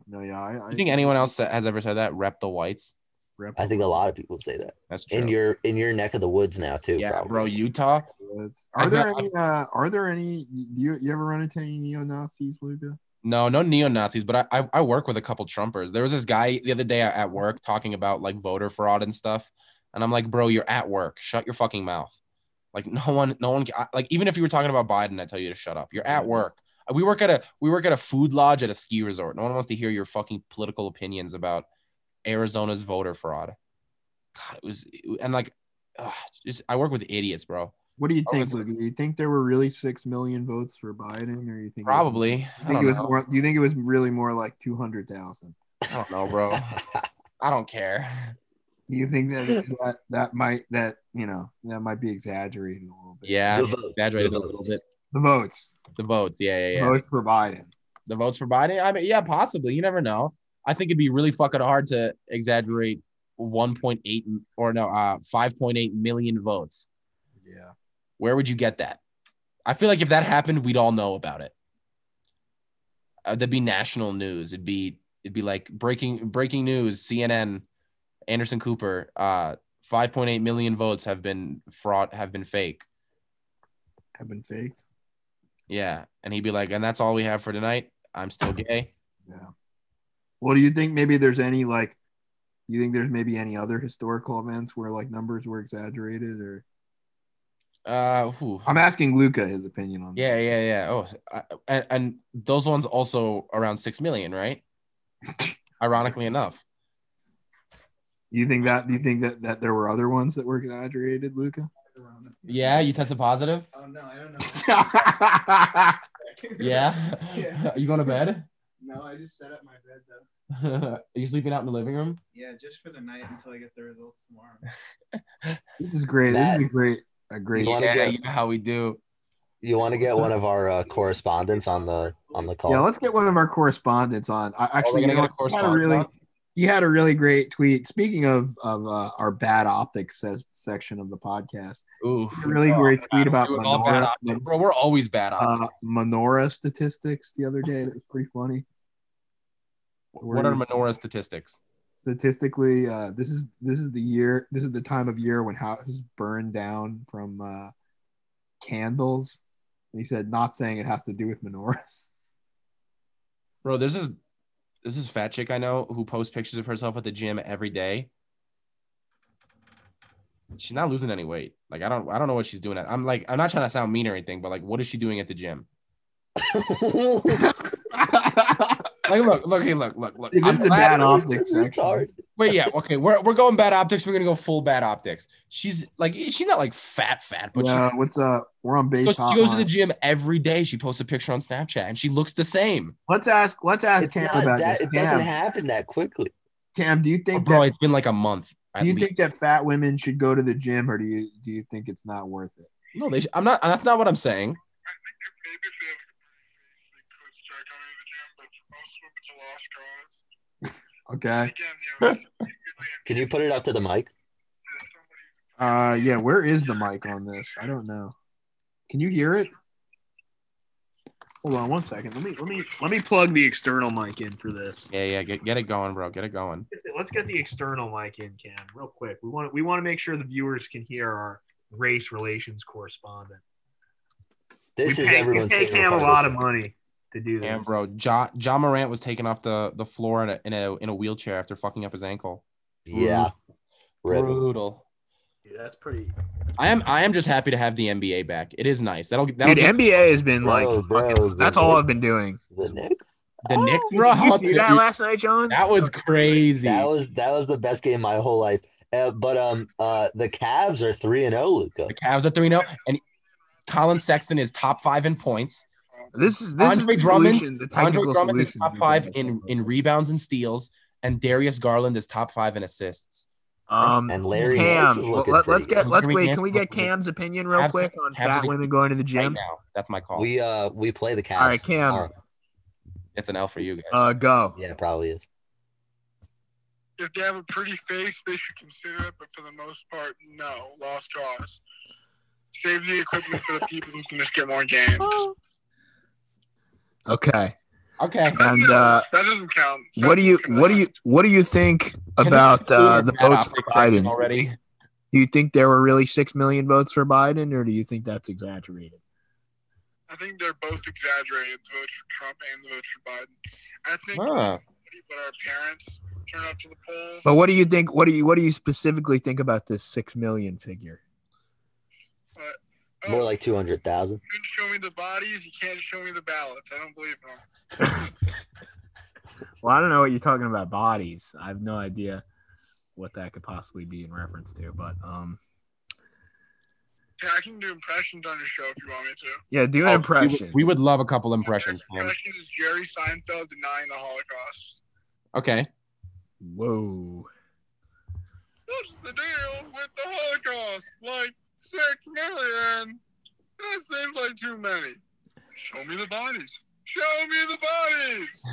Speaker 3: No, yeah. I, I
Speaker 1: You think anyone else that has ever said that? Rep the whites.
Speaker 3: rep
Speaker 2: I think a lot of people say that
Speaker 1: That's true.
Speaker 2: in your in your neck of the woods now too.
Speaker 1: yeah,
Speaker 2: probably.
Speaker 1: bro. Utah.
Speaker 3: Woods.
Speaker 1: I
Speaker 3: Are there
Speaker 1: got-
Speaker 3: any? Uh, are there any? Do you you ever run into any neo Nazis, Luca?
Speaker 1: No, no neo Nazis, but I, I I work with a couple Trumpers. There was this guy the other day at- at work talking about like voter fraud and stuff, and I'm like, bro, you're at work. Shut your fucking mouth. Like no one, no one. I- Like even if you were talking about Biden, I tell you to shut up. You're at work. Uh, We work at a we work at a food lodge at a ski resort. No one wants to hear your fucking political opinions about Arizona's voter fraud. God, it was and like, ugh, just I work with idiots, bro.
Speaker 3: What do you
Speaker 1: I
Speaker 3: think,
Speaker 1: was-
Speaker 3: Luca? Do you think there were really six million votes for Biden, or you think
Speaker 1: Probably.
Speaker 3: It was, you
Speaker 1: I
Speaker 3: think
Speaker 1: don't
Speaker 3: it was
Speaker 1: know.
Speaker 3: more? Do you think it was really more like two hundred thousand?
Speaker 1: I don't know, bro. I don't care.
Speaker 3: Do you think that that that might that you know that might be exaggerated a little bit?
Speaker 1: Yeah,
Speaker 2: The votes,
Speaker 1: exaggerated
Speaker 2: the
Speaker 1: a little
Speaker 2: votes.
Speaker 1: bit.
Speaker 3: The votes.
Speaker 1: The votes, yeah, yeah, yeah.
Speaker 3: Votes for Biden.
Speaker 1: The votes for Biden. I mean, yeah, possibly. You never know. I think it'd be really fucking hard to exaggerate 1.8 m- or no, uh, 5.8 million votes.
Speaker 3: Yeah.
Speaker 1: Where would you get that? I feel like if that happened, we'd all know about it. Uh, that'd be national news. It'd be it'd be like breaking breaking news. CNN, Anderson Cooper. Uh, 5.8 million votes have been fraud have been fake.
Speaker 3: Have been faked.
Speaker 1: Yeah, and he'd be like, and that's all we have for tonight. I'm still gay.
Speaker 3: Yeah. Well, do you think maybe there's any like, you think there's maybe any other historical events where like numbers were exaggerated or
Speaker 1: Uh, whew.
Speaker 3: I'm asking Luca his opinion on.
Speaker 1: yeah,
Speaker 3: this.
Speaker 1: yeah, yeah. Oh, I, and, and those ones also around six million, right? Ironically enough,
Speaker 3: You think that? Do you think that that there were other ones that were exaggerated, Luca?
Speaker 1: yeah. You tested positive.
Speaker 7: Oh no, I don't know.
Speaker 1: Yeah.
Speaker 7: Yeah.
Speaker 1: Are you going to bed?
Speaker 7: No, I just set up my bed though.
Speaker 1: Are you sleeping out in the living room?
Speaker 7: Yeah, just for the night until I get the results tomorrow.
Speaker 3: this is great.
Speaker 2: That-
Speaker 3: this is a great, a great.
Speaker 2: You wanna
Speaker 1: yeah,
Speaker 2: go?
Speaker 1: you know how we do.
Speaker 2: You want to get one of our uh, correspondents on the on the call?
Speaker 3: Yeah, let's get one of our correspondents on. I actually
Speaker 1: Oh, gonna
Speaker 3: you
Speaker 1: get
Speaker 3: know,
Speaker 1: a
Speaker 3: he had a
Speaker 1: correspondent
Speaker 3: really
Speaker 1: on?
Speaker 3: he had a really great tweet. Speaking of of uh, our bad optics se- section of the podcast,
Speaker 1: Ooh,
Speaker 3: a really great tweet about
Speaker 1: We Uh, were all bad
Speaker 3: Menorah,
Speaker 1: optics. bro. We're always bad optics.
Speaker 3: uh, menorah statistics the other day. That was pretty funny.
Speaker 1: what are menorah statistics?
Speaker 3: statistically uh, this is this is the year this is the time of year when houses burn down from uh, candles and he said not saying it has to do with menorahs
Speaker 1: Bro, there's this this is fat chick I know who posts pictures of herself at the gym every day. She's not losing any weight. Like I don't I don't know what she's doing. I'm like I'm not trying to sound mean or anything, but like what is she doing at the gym? Like look, look, hey, look, look, look.
Speaker 3: It
Speaker 1: I'm
Speaker 3: is a
Speaker 1: glad-
Speaker 3: bad optics
Speaker 2: It's
Speaker 3: section.
Speaker 2: hard.
Speaker 1: Wait, yeah, okay. We're we're going bad optics. We're gonna go full bad optics. She's like she's not like fat, fat, but
Speaker 3: Yeah, what's up? We're on
Speaker 1: she,
Speaker 3: base
Speaker 1: so she goes to the
Speaker 3: hotline.
Speaker 1: gym every day. She posts a picture on Snapchat and she looks the same.
Speaker 3: Let's ask. Let's ask
Speaker 2: It's
Speaker 3: Cam
Speaker 2: not
Speaker 3: about
Speaker 2: that,
Speaker 3: this.
Speaker 2: it doesn't
Speaker 3: Cam,
Speaker 2: happen that quickly.
Speaker 3: Cam, do you
Speaker 1: Oh,
Speaker 3: think
Speaker 1: bro,
Speaker 3: that
Speaker 1: it's been like a month. at
Speaker 3: do you
Speaker 1: least.
Speaker 3: think that fat women should go to the gym, or do you do you think it's not worth it?
Speaker 1: No, they. Sh- I'm not. That's not what I'm saying.
Speaker 3: Okay.
Speaker 2: Can you put it up to the mic?
Speaker 3: Uh, yeah. Where is the mic on this? I don't know. Can you hear it? Hold on one second. Let me let me let me plug the external mic in for this.
Speaker 1: Yeah, yeah. Get, get it going, bro. Get it going.
Speaker 3: Let's get the external mic in, Cam, real quick. We want we want to make sure the viewers can hear our race relations correspondent.
Speaker 2: This
Speaker 3: we
Speaker 2: is
Speaker 3: pay, we
Speaker 2: everyone's
Speaker 3: pay
Speaker 2: favorite
Speaker 3: Cam a
Speaker 2: part
Speaker 3: lot
Speaker 2: of
Speaker 3: of money to do
Speaker 1: Yeah,
Speaker 3: this.
Speaker 1: bro. John John Morant was taken off the, the floor in a, in a in a wheelchair after fucking up his ankle.
Speaker 2: Yeah. Rip.
Speaker 1: Brutal.
Speaker 3: Dude, that's pretty.
Speaker 1: I am I am just happy to have the NBA back. It is nice. That'll that'll
Speaker 3: Dude,
Speaker 1: get
Speaker 3: NBA has been like.
Speaker 2: Bro, bro,
Speaker 3: fucking-
Speaker 2: the
Speaker 3: that's all I've
Speaker 2: Knicks.
Speaker 3: been doing.
Speaker 2: The Knicks.
Speaker 1: the Knicks,
Speaker 2: Oh,
Speaker 1: bro.
Speaker 3: Did you see that
Speaker 1: Dude,
Speaker 3: last night, John?
Speaker 1: that was crazy.
Speaker 2: That was that was the best game of my whole life. Uh, but um, uh, the Cavs are three and oh, zero, Luca.
Speaker 1: the Cavs are three 0 and Colin Sexton is top five in points.
Speaker 3: This is this
Speaker 1: Andre
Speaker 3: is the
Speaker 1: Drummond-
Speaker 3: solution. The
Speaker 1: Andre
Speaker 3: technical
Speaker 1: Drummond is
Speaker 3: solution.
Speaker 1: top five in in rebounds and steals, and Darius Garland is top five in assists.
Speaker 3: Um,
Speaker 2: And Larry Nance
Speaker 3: Cam,
Speaker 2: is
Speaker 3: well,
Speaker 2: looking
Speaker 3: let, us
Speaker 2: pretty
Speaker 3: get
Speaker 1: good.
Speaker 3: let's
Speaker 1: Larry
Speaker 3: wait.
Speaker 1: Nance
Speaker 3: Can we
Speaker 1: is
Speaker 3: get
Speaker 1: looking pretty
Speaker 3: Cam's opinion real
Speaker 1: Abs-
Speaker 3: quick on fat
Speaker 1: absolutely.
Speaker 3: women going to the
Speaker 1: Right
Speaker 3: gym?
Speaker 1: now, that's my call.
Speaker 2: We uh we play the Cavs.
Speaker 3: All right, Cam.
Speaker 2: tomorrow.
Speaker 1: It's an L for you guys.
Speaker 3: Uh, go.
Speaker 2: Yeah, probably is.
Speaker 8: if they have a pretty face, they should consider it, but for the most part, no. Lost cause. Save the equipment for the people who can just get more games.
Speaker 2: Oh.
Speaker 3: Oh. Okay.
Speaker 1: okay.
Speaker 3: And uh,
Speaker 8: that doesn't count.
Speaker 3: what do you what do you what do you think about uh, the
Speaker 1: Bad
Speaker 3: votes for
Speaker 1: optics section
Speaker 3: Biden?
Speaker 1: already.
Speaker 3: Do you think there were really six million votes for Biden, or do you think that's exaggerated?
Speaker 8: I think they're both exaggerated, the votes for Trump and the votes for Biden. I think
Speaker 1: Huh.
Speaker 8: when our parents turn up to the polls,
Speaker 3: But what do you think? What do you what do you specifically think about this six million figure?
Speaker 8: oh,
Speaker 2: More like two hundred thousand.
Speaker 8: you can show me the bodies, you can't show me the ballots. I don't believe them.
Speaker 3: Well, I don't know what you're talking about bodies. I have no idea what that could possibly be in reference to, but um,
Speaker 8: Yeah, I can do impressions on your show if you want me to.
Speaker 3: yeah, do an
Speaker 1: Oh,
Speaker 3: impression.
Speaker 1: We, we would love a couple impressions.
Speaker 8: My
Speaker 1: Man.
Speaker 8: impression is Jerry Seinfeld denying the Holocaust.
Speaker 1: Okay.
Speaker 3: Whoa.
Speaker 8: What's the deal with the Holocaust? Like six million? That seems like too many. Show me the bodies. Show me the bodies.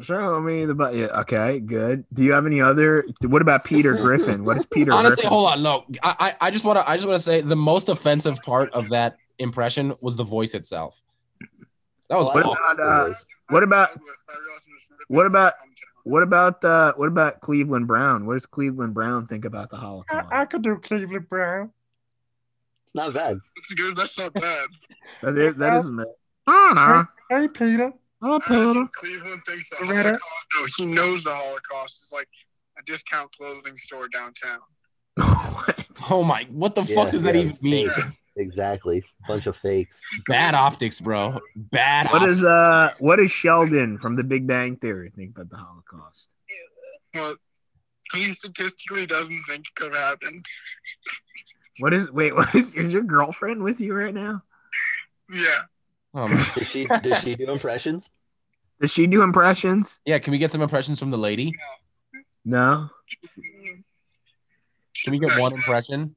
Speaker 3: Show me the but. Yeah, okay, good. Do you have any other? What about Peter Griffin? What is Peter?
Speaker 1: Honestly,
Speaker 3: Griffin?
Speaker 1: hold on. No, I, I I just want to I just want to say the most offensive part of that impression was the voice itself. That was
Speaker 3: What
Speaker 2: Wow.
Speaker 3: about uh, what about- what about- what about uh, what about Cleveland Brown? What does Cleveland Brown think about the Holocaust?
Speaker 1: could do Cleveland Brown.
Speaker 2: It's not bad.
Speaker 8: That's good. That's not bad.
Speaker 3: That is, that isn't it. I
Speaker 1: Hey Peter.
Speaker 3: don't know. Oh,
Speaker 8: I
Speaker 1: Uh-huh.
Speaker 3: Peter.
Speaker 8: think Cleveland thinks the
Speaker 1: Loretta?
Speaker 8: Holocaust. No, he knows the Holocaust is like a discount clothing store downtown.
Speaker 3: What?
Speaker 1: Oh my, what the
Speaker 2: Yeah,
Speaker 1: fuck does that
Speaker 2: yeah,
Speaker 1: even mean?
Speaker 2: fake. Exactly. Bunch of fakes.
Speaker 1: Bad optics, bro. Bad
Speaker 3: What
Speaker 1: optics.
Speaker 3: is uh what does Sheldon from the Big Bang Theory think about the Holocaust?
Speaker 8: but he statistically doesn't think it could happen.
Speaker 3: What is wait, what is is your girlfriend with you right now?
Speaker 8: Yeah.
Speaker 1: Oh my-
Speaker 2: Does she does she do impressions?
Speaker 3: Does she do impressions?
Speaker 1: yeah, can we get some impressions from the lady?
Speaker 3: No.
Speaker 1: Can we get one impression?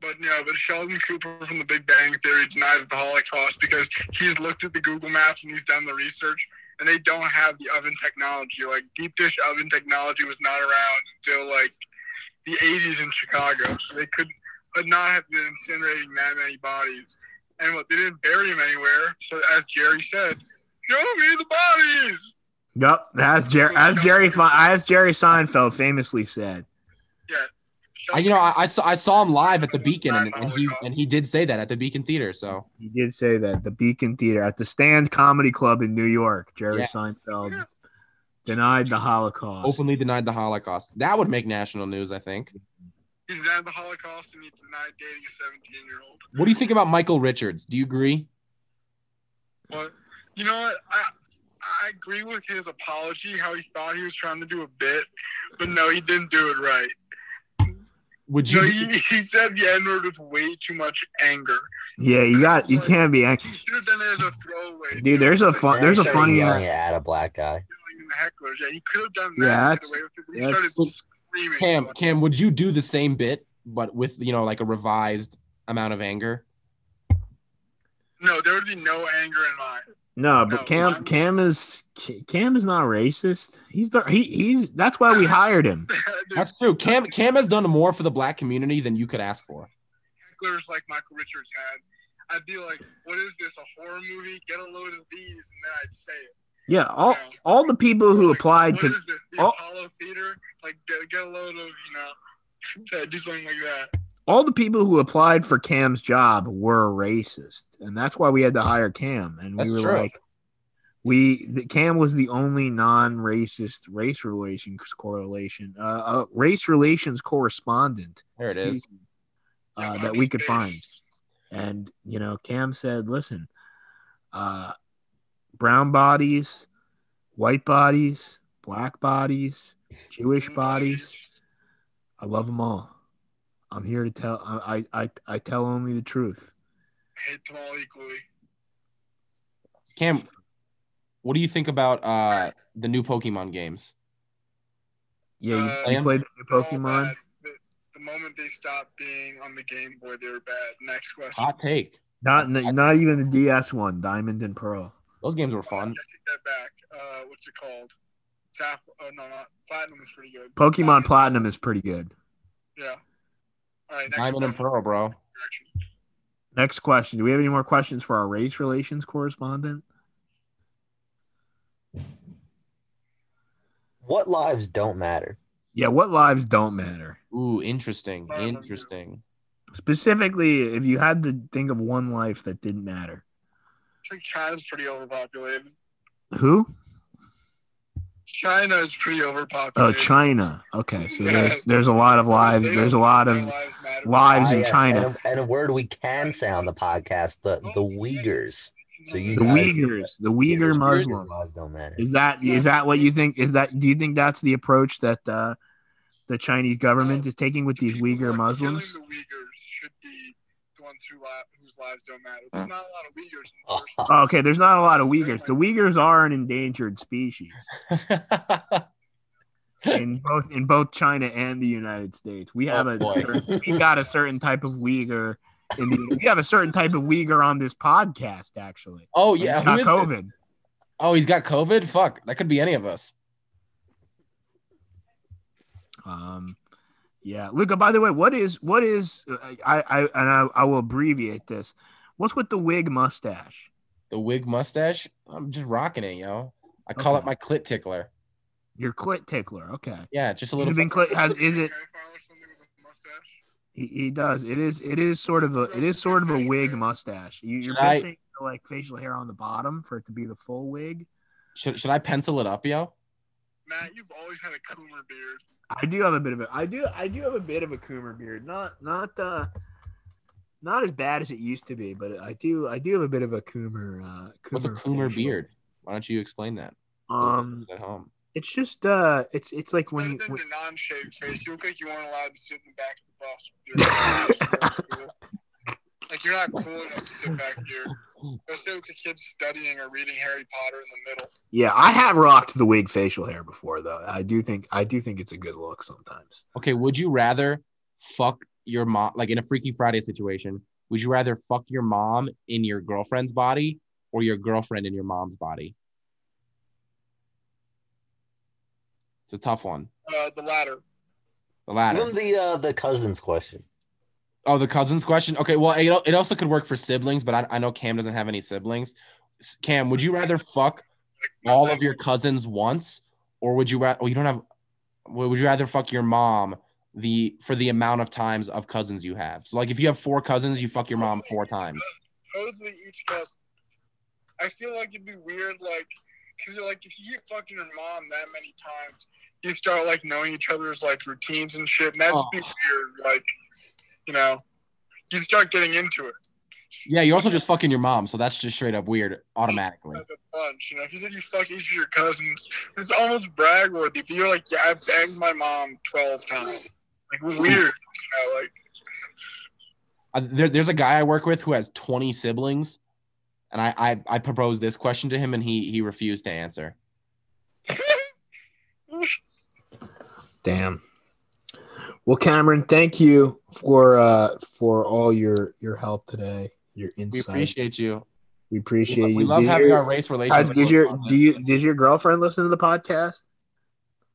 Speaker 8: But no, but Sheldon Cooper from the Big Bang Theory denies the Holocaust because he's looked at the Google Maps and he's done the research, and they don't have the oven technology. Like deep dish oven technology was not around until like the 80s in Chicago, so they could but not have been incinerating that many bodies. And what they didn't bury them anywhere. So as Jerry said, show me the bodies.
Speaker 3: Yep. As Jerry as Jerry Fe- as Jerry Seinfeld famously said.
Speaker 1: I, you know, I, I saw I saw him live at the Beacon, and, and he and he did say that at the Beacon Theater. So
Speaker 3: He did say that the Beacon Theater at the Stand Comedy Club in New York, Jerry
Speaker 1: Yeah.
Speaker 3: Seinfeld denied the Holocaust.
Speaker 1: openly denied the Holocaust. That would make national news, I think.
Speaker 8: He denied the Holocaust and he denied dating a 17 year old.
Speaker 1: What do you think about Michael Richards? Do you agree?
Speaker 8: But you know what? I I agree with his apology. How he thought he was trying to do a bit, but no, he didn't do it right.
Speaker 1: Would
Speaker 8: No,
Speaker 1: you?
Speaker 8: he, he said the N word with way too much anger.
Speaker 3: Yeah, you got you can't be ac-
Speaker 8: He should have done it as a throwaway.
Speaker 3: Dude, there's a fun Uh, there's a
Speaker 2: Started
Speaker 3: funny
Speaker 2: yelling at a black guy.
Speaker 8: Like, the hecklers. Yeah, he could have done that.
Speaker 3: Yeah,
Speaker 8: and got
Speaker 3: that's-
Speaker 8: away with it, but
Speaker 3: that's-
Speaker 8: he started screaming.
Speaker 1: Cam, Cam, would you do the same bit but with you know like a revised amount of anger?
Speaker 8: No, there would be no anger in mine.
Speaker 3: No, but Cam Cam is Cam is not racist. He's the he he's that's why we hired him.
Speaker 8: There's
Speaker 1: That's true. Cam Cam has done more for the black community than you could ask for.
Speaker 8: hecklers like Michael Richards had. I'd be like, "What is this? A horror movie? Get a load of these," and then I'd say it.
Speaker 3: Yeah, all all the people who applied
Speaker 8: What
Speaker 3: to
Speaker 8: is this, the
Speaker 3: oh.
Speaker 8: Apollo Theater? Like, get, get a load of, you know, yeah, do something like that.
Speaker 3: all the people who applied for Cam's job were racist, and that's why we had to hire Cam. And
Speaker 1: That's
Speaker 3: we were
Speaker 1: true.
Speaker 3: like, we the, Cam was the only non-racist race relations correlation, uh, uh race relations correspondent.
Speaker 1: There it is.
Speaker 3: speaking, Uh, that we could find. And you know, Cam said, "Listen, uh, brown bodies, white bodies, black bodies, Jewish bodies. I love them all. I'm here to tell. I I I, I tell only the truth.
Speaker 8: Hate them all equally.
Speaker 1: Cam, what do you think about uh the new Pokemon games?
Speaker 3: Yeah, you,
Speaker 8: Uh,
Speaker 3: you played the new
Speaker 8: They're all
Speaker 3: Pokemon.
Speaker 8: bad. The, the moment they stopped being on the Game Boy, they were bad. Next question.
Speaker 1: Hot take.
Speaker 3: Not not even the DS one, Diamond and Pearl.
Speaker 1: Those games were fun.
Speaker 8: I take that back. Uh, what's it called? Saff- oh, no, not Platinum is pretty good.
Speaker 3: Pokemon Platinum is pretty good.
Speaker 8: Yeah. All right, next
Speaker 1: Diamond and
Speaker 8: question.
Speaker 1: Pearl, bro.
Speaker 3: Next question. Do we have any more questions for our race relations correspondent?
Speaker 2: What lives don't matter?
Speaker 3: Yeah, what lives don't matter?
Speaker 1: Ooh, interesting. Interesting.
Speaker 3: Specifically, if you had to think of one life that didn't matter,
Speaker 8: I think China's pretty overpopulated.
Speaker 3: who?
Speaker 8: China is pretty overpopulated.
Speaker 3: Oh, China. Okay, so there's there's a lot of lives.
Speaker 8: They
Speaker 3: There's a
Speaker 8: don't
Speaker 3: lot of
Speaker 8: think their lives matter.
Speaker 3: lives
Speaker 2: Ah,
Speaker 3: in
Speaker 2: yes,
Speaker 3: China.
Speaker 2: And a, and a word we can say on the podcast: the the Uyghurs. So you
Speaker 3: The
Speaker 2: guys-
Speaker 3: Uyghurs, the Uyghur Muslims.
Speaker 2: Lives don't matter.
Speaker 3: Is that is that what you think? Is that do you think that's the approach that uh, the Chinese government is taking with these
Speaker 8: people who
Speaker 3: Uyghur
Speaker 8: are
Speaker 3: Muslims?
Speaker 8: Killing the Uyghurs should be the ones who li- whose lives don't matter. There's not a lot of Uyghurs in the
Speaker 2: Oh,
Speaker 8: first
Speaker 3: Oh, okay, there's not a lot of Uyghurs. The Uyghurs are an endangered species in both in both China and the United States. We have a
Speaker 1: Oh, boy.
Speaker 3: certain, we got a certain type of Uyghur. In the, we have a certain type of Uyghur on this podcast, actually.
Speaker 1: oh yeah. who
Speaker 3: not
Speaker 1: is it?
Speaker 3: COVID.
Speaker 1: Oh, he's got COVID? Fuck. That could be any of us.
Speaker 3: Um, yeah, Luca. By the way, what is what is I I and I, I will abbreviate this. What's with the wig mustache?
Speaker 1: The wig mustache. I'm just rocking it, yo. I call
Speaker 3: Okay.
Speaker 1: it my clit tickler.
Speaker 3: Your clit tickler. Okay,
Speaker 1: Yeah, just a
Speaker 3: Has
Speaker 1: little
Speaker 3: it been clit, has, is it? He, he does. It is. It is sort of a. It is sort of a wig mustache. You, you're
Speaker 1: Should I-
Speaker 3: missing the, like facial hair on the bottom for it to be the full wig.
Speaker 1: Should, should I pencil it up, yo?
Speaker 8: Matt, you've always had a cooler beard.
Speaker 3: I do have a bit of a I do I do have a bit of a Coomer beard. Not not uh not as bad as it used to be, but I do I do have a bit of a Coomer uh Coomer
Speaker 1: What's a Coomer
Speaker 3: facial.
Speaker 1: beard? Why don't you explain that? to the
Speaker 3: Um
Speaker 1: listeners at home.
Speaker 3: it's just uh it's it's like when
Speaker 8: When
Speaker 3: you when,
Speaker 8: your non-shaved face, you look like you weren't allowed to sit in the back of the bus. With your like you're not cool enough to sit back here. Especially with the kids studying or reading Harry Potter in the middle.
Speaker 3: yeah, I have rocked the wig facial hair before though. I do think I do think it's a good look sometimes.
Speaker 1: Okay, would you rather fuck your mom like in a Freaky Friday situation? Would you rather fuck your mom in your girlfriend's body or your girlfriend in your mom's body? It's a tough one.
Speaker 8: Uh, the latter.
Speaker 1: The
Speaker 2: Give
Speaker 1: latter.
Speaker 2: him the uh, the cousins question.
Speaker 1: Oh, the cousins question. Okay, well, it, it also could work for siblings, but I, I know Cam doesn't have any siblings. S- Cam, would you rather fuck
Speaker 8: Like,
Speaker 1: all of your cousins once, or would you rather? Well, you don't have. well, Would you rather fuck your mom the for the amount of times of cousins you have? So, like, if you have four cousins, you fuck your mom four times.
Speaker 8: totally each cousin. I feel like it'd be weird, like, because like if you get fucking your mom that many times, you start like knowing each other's like routines and shit, and that'd just be weird. Like, you know, you start getting into it
Speaker 1: Yeah, you're also just fucking your mom, so that's just straight up weird automatically.
Speaker 8: like a bunch. You know, because if you fuck each of your cousins, it's almost brag worthy. But you're like, yeah, I banged my mom twelve times. Like weird, you know, like.
Speaker 1: Uh, there, there's a guy I work with who has 20 siblings, and I, I I proposed this question to him, and he he refused to answer.
Speaker 3: Damn. Well, Cameron, thank you for uh for all your your help today, your
Speaker 1: We
Speaker 3: insight.
Speaker 1: appreciate you.
Speaker 3: We appreciate
Speaker 1: we
Speaker 3: you.
Speaker 1: love
Speaker 3: Did
Speaker 1: having
Speaker 3: your-
Speaker 1: our race
Speaker 3: uh,
Speaker 1: relations.
Speaker 3: did your do you did your girlfriend listen to the podcast?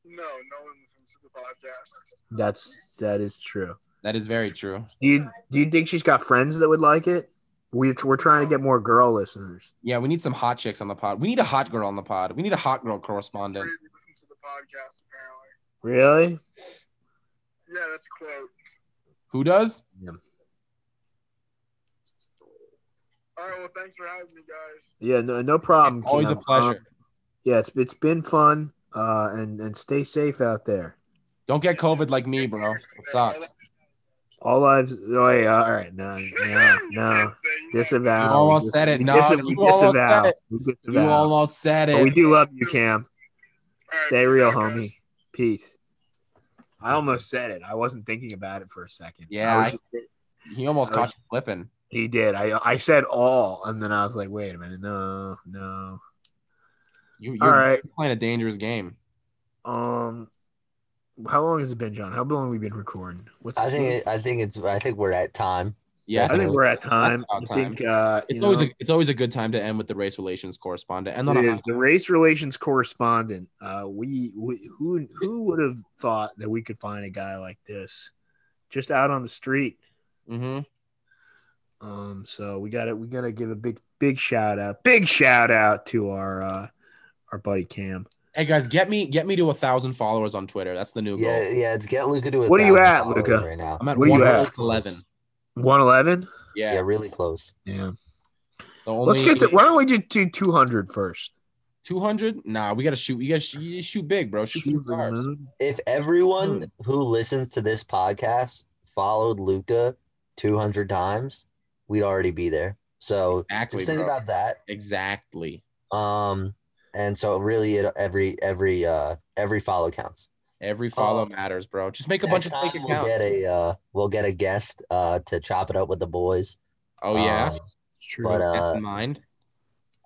Speaker 8: No, no one listens to the podcast.
Speaker 3: That's that is true.
Speaker 1: that is very true.
Speaker 3: Do you do you think she's got friends that would like it? We we're trying to get more girl listeners.
Speaker 1: Yeah, we need some hot chicks on the pod. We need a hot girl on the pod. We need a hot girl correspondent.
Speaker 8: Crazy listen to the podcast apparently.
Speaker 3: Really?
Speaker 8: Yeah, that's a quote.
Speaker 1: Who does?
Speaker 8: All right, well, thanks for having me, guys.
Speaker 3: Yeah, no, no problem.
Speaker 1: Always a
Speaker 3: Cam. Um,
Speaker 1: pleasure.
Speaker 3: yeah, it's it's been fun. Uh, and and stay safe out there.
Speaker 1: Don't get COVID like me, bro. It sucks.
Speaker 3: All lives. Oh, yeah, all right. No, no, no. Disavow.
Speaker 1: You almost
Speaker 3: We dis-
Speaker 1: said it.
Speaker 3: we
Speaker 1: No,
Speaker 3: dis-
Speaker 1: you
Speaker 3: we
Speaker 1: almost
Speaker 3: disavow.
Speaker 1: said it.
Speaker 3: We
Speaker 1: You
Speaker 3: disavow.
Speaker 1: almost said
Speaker 3: But we
Speaker 1: it.
Speaker 3: do love you, Cam.
Speaker 8: All right,
Speaker 3: Stay real,
Speaker 8: guys.
Speaker 3: homie. Peace. I almost said it. I wasn't thinking about it for a second.
Speaker 1: Yeah,
Speaker 3: I
Speaker 1: I-
Speaker 3: was just-
Speaker 1: He almost
Speaker 3: I
Speaker 1: caught you flipping.
Speaker 3: he did. I I said all, and then I was like, wait a minute, no, no.
Speaker 1: You,
Speaker 3: All
Speaker 1: you're
Speaker 3: right.
Speaker 1: playing a dangerous game.
Speaker 3: Um, how long has it been, John? How long have we been recording? What's
Speaker 2: I think I think it's I think we're at time.
Speaker 1: Yeah,
Speaker 3: I think we're at time. I
Speaker 1: That's about
Speaker 3: think uh,
Speaker 1: it's
Speaker 3: you
Speaker 1: always
Speaker 3: know,
Speaker 1: a, it's always a good time to end with the race relations correspondent. And on
Speaker 3: It
Speaker 1: a
Speaker 3: is the race relations correspondent. Uh, we, we who who would have thought that we could find a guy like this just out on the street?
Speaker 1: hmm
Speaker 3: Um, so we got to we got to give a big big shout out, big shout out to our uh, our buddy Cam.
Speaker 1: Hey guys, get me get me to a thousand followers on Twitter. That's the new
Speaker 2: Yeah,
Speaker 1: goal.
Speaker 2: yeah. It's get Luca to a
Speaker 3: What are you
Speaker 2: thousand
Speaker 3: at,
Speaker 2: followers
Speaker 3: Luca?
Speaker 2: Right now.
Speaker 1: I'm at
Speaker 3: Where you
Speaker 1: one
Speaker 3: at?
Speaker 1: eleven.
Speaker 3: One eleven.
Speaker 1: Yeah,
Speaker 2: yeah. really close.
Speaker 3: Yeah.
Speaker 1: the
Speaker 3: Let's
Speaker 1: only
Speaker 3: get to. Why don't we just do two hundred first?
Speaker 1: two hundred. Nah, we gotta shoot. We gotta shoot, you shoot big, bro. Shoot, for the stars.
Speaker 2: If everyone who listens to this podcast followed Luca 200 times, we'd already be there. So
Speaker 1: Exactly,
Speaker 2: just think
Speaker 1: bro.
Speaker 2: about that.
Speaker 1: Exactly.
Speaker 2: Um, and so really, it, every every uh every follow counts.
Speaker 1: Every follow
Speaker 2: Oh.
Speaker 1: matters, bro. Just make a bunch
Speaker 2: Next
Speaker 1: of fake
Speaker 2: time we'll
Speaker 1: accounts.
Speaker 2: get a uh, we'll get a guest uh to chop it up with the boys.
Speaker 1: Oh yeah,
Speaker 2: Um,
Speaker 3: True.
Speaker 2: but
Speaker 1: Keep
Speaker 2: uh,
Speaker 1: in mind.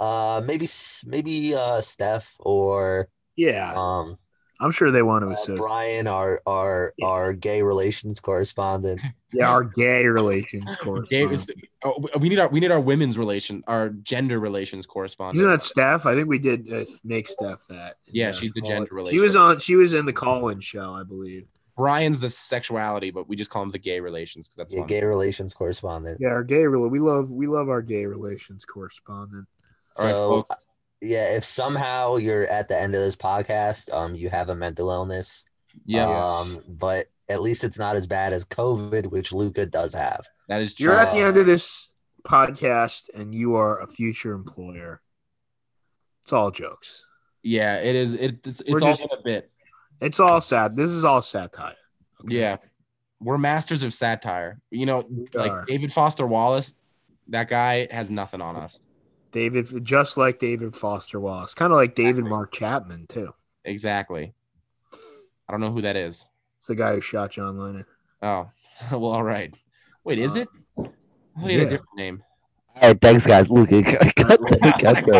Speaker 2: uh, maybe s- maybe uh Steph or
Speaker 3: yeah,
Speaker 2: um
Speaker 3: I'm sure they want to
Speaker 2: uh,
Speaker 3: assist.
Speaker 2: Brian, our our
Speaker 3: Yeah.
Speaker 2: our gay relations correspondent.
Speaker 3: yeah, our gay relations
Speaker 2: uh,
Speaker 1: Gay-
Speaker 3: correspondent.
Speaker 1: oh, we- we need our we need our women's relation, our gender relations
Speaker 3: Isn't
Speaker 1: correspondent.
Speaker 3: that Steph? I think we did uh, make Steph that.
Speaker 1: Yeah, she's the
Speaker 3: call-
Speaker 1: gender
Speaker 3: She was
Speaker 1: relation.
Speaker 3: on. She was in the Colin show, I believe.
Speaker 1: Brian's the sexuality, but we just call him the gay relations because that's
Speaker 2: Yeah,
Speaker 1: fun.
Speaker 2: gay relations correspondent.
Speaker 3: Yeah, our gay. rela- We love. We love our gay relations correspondent.
Speaker 1: All right,
Speaker 2: So, uh,
Speaker 1: folks.
Speaker 2: Yeah, if somehow you're at the end of this podcast, um, you have a mental illness.
Speaker 1: Yeah,
Speaker 2: Um, but at least it's not as bad as COVID, which Luca does have.
Speaker 1: that is true.
Speaker 3: You're at the
Speaker 2: Uh,
Speaker 3: end of this podcast, and you are a future employer. It's all jokes.
Speaker 1: Yeah, it is. It, it's
Speaker 3: We're
Speaker 1: it's all
Speaker 3: just-
Speaker 1: in a bit.
Speaker 3: It's all sad. This is all satire.
Speaker 1: Yeah. We're masters of satire. You know,
Speaker 3: are.
Speaker 1: like David Foster Wallace, that guy has nothing on us.
Speaker 3: David, just like David Foster Wallace, kind of like David Mark Chapman too.
Speaker 1: Exactly. I don't know who that is.
Speaker 3: It's the guy who shot John Lennon.
Speaker 1: Oh, well, all right. Wait, is
Speaker 3: Uh,
Speaker 1: it? I thought he had
Speaker 3: yeah.
Speaker 1: a different name.
Speaker 2: All right, thanks, guys. Luke, cut, cut, cut, cut,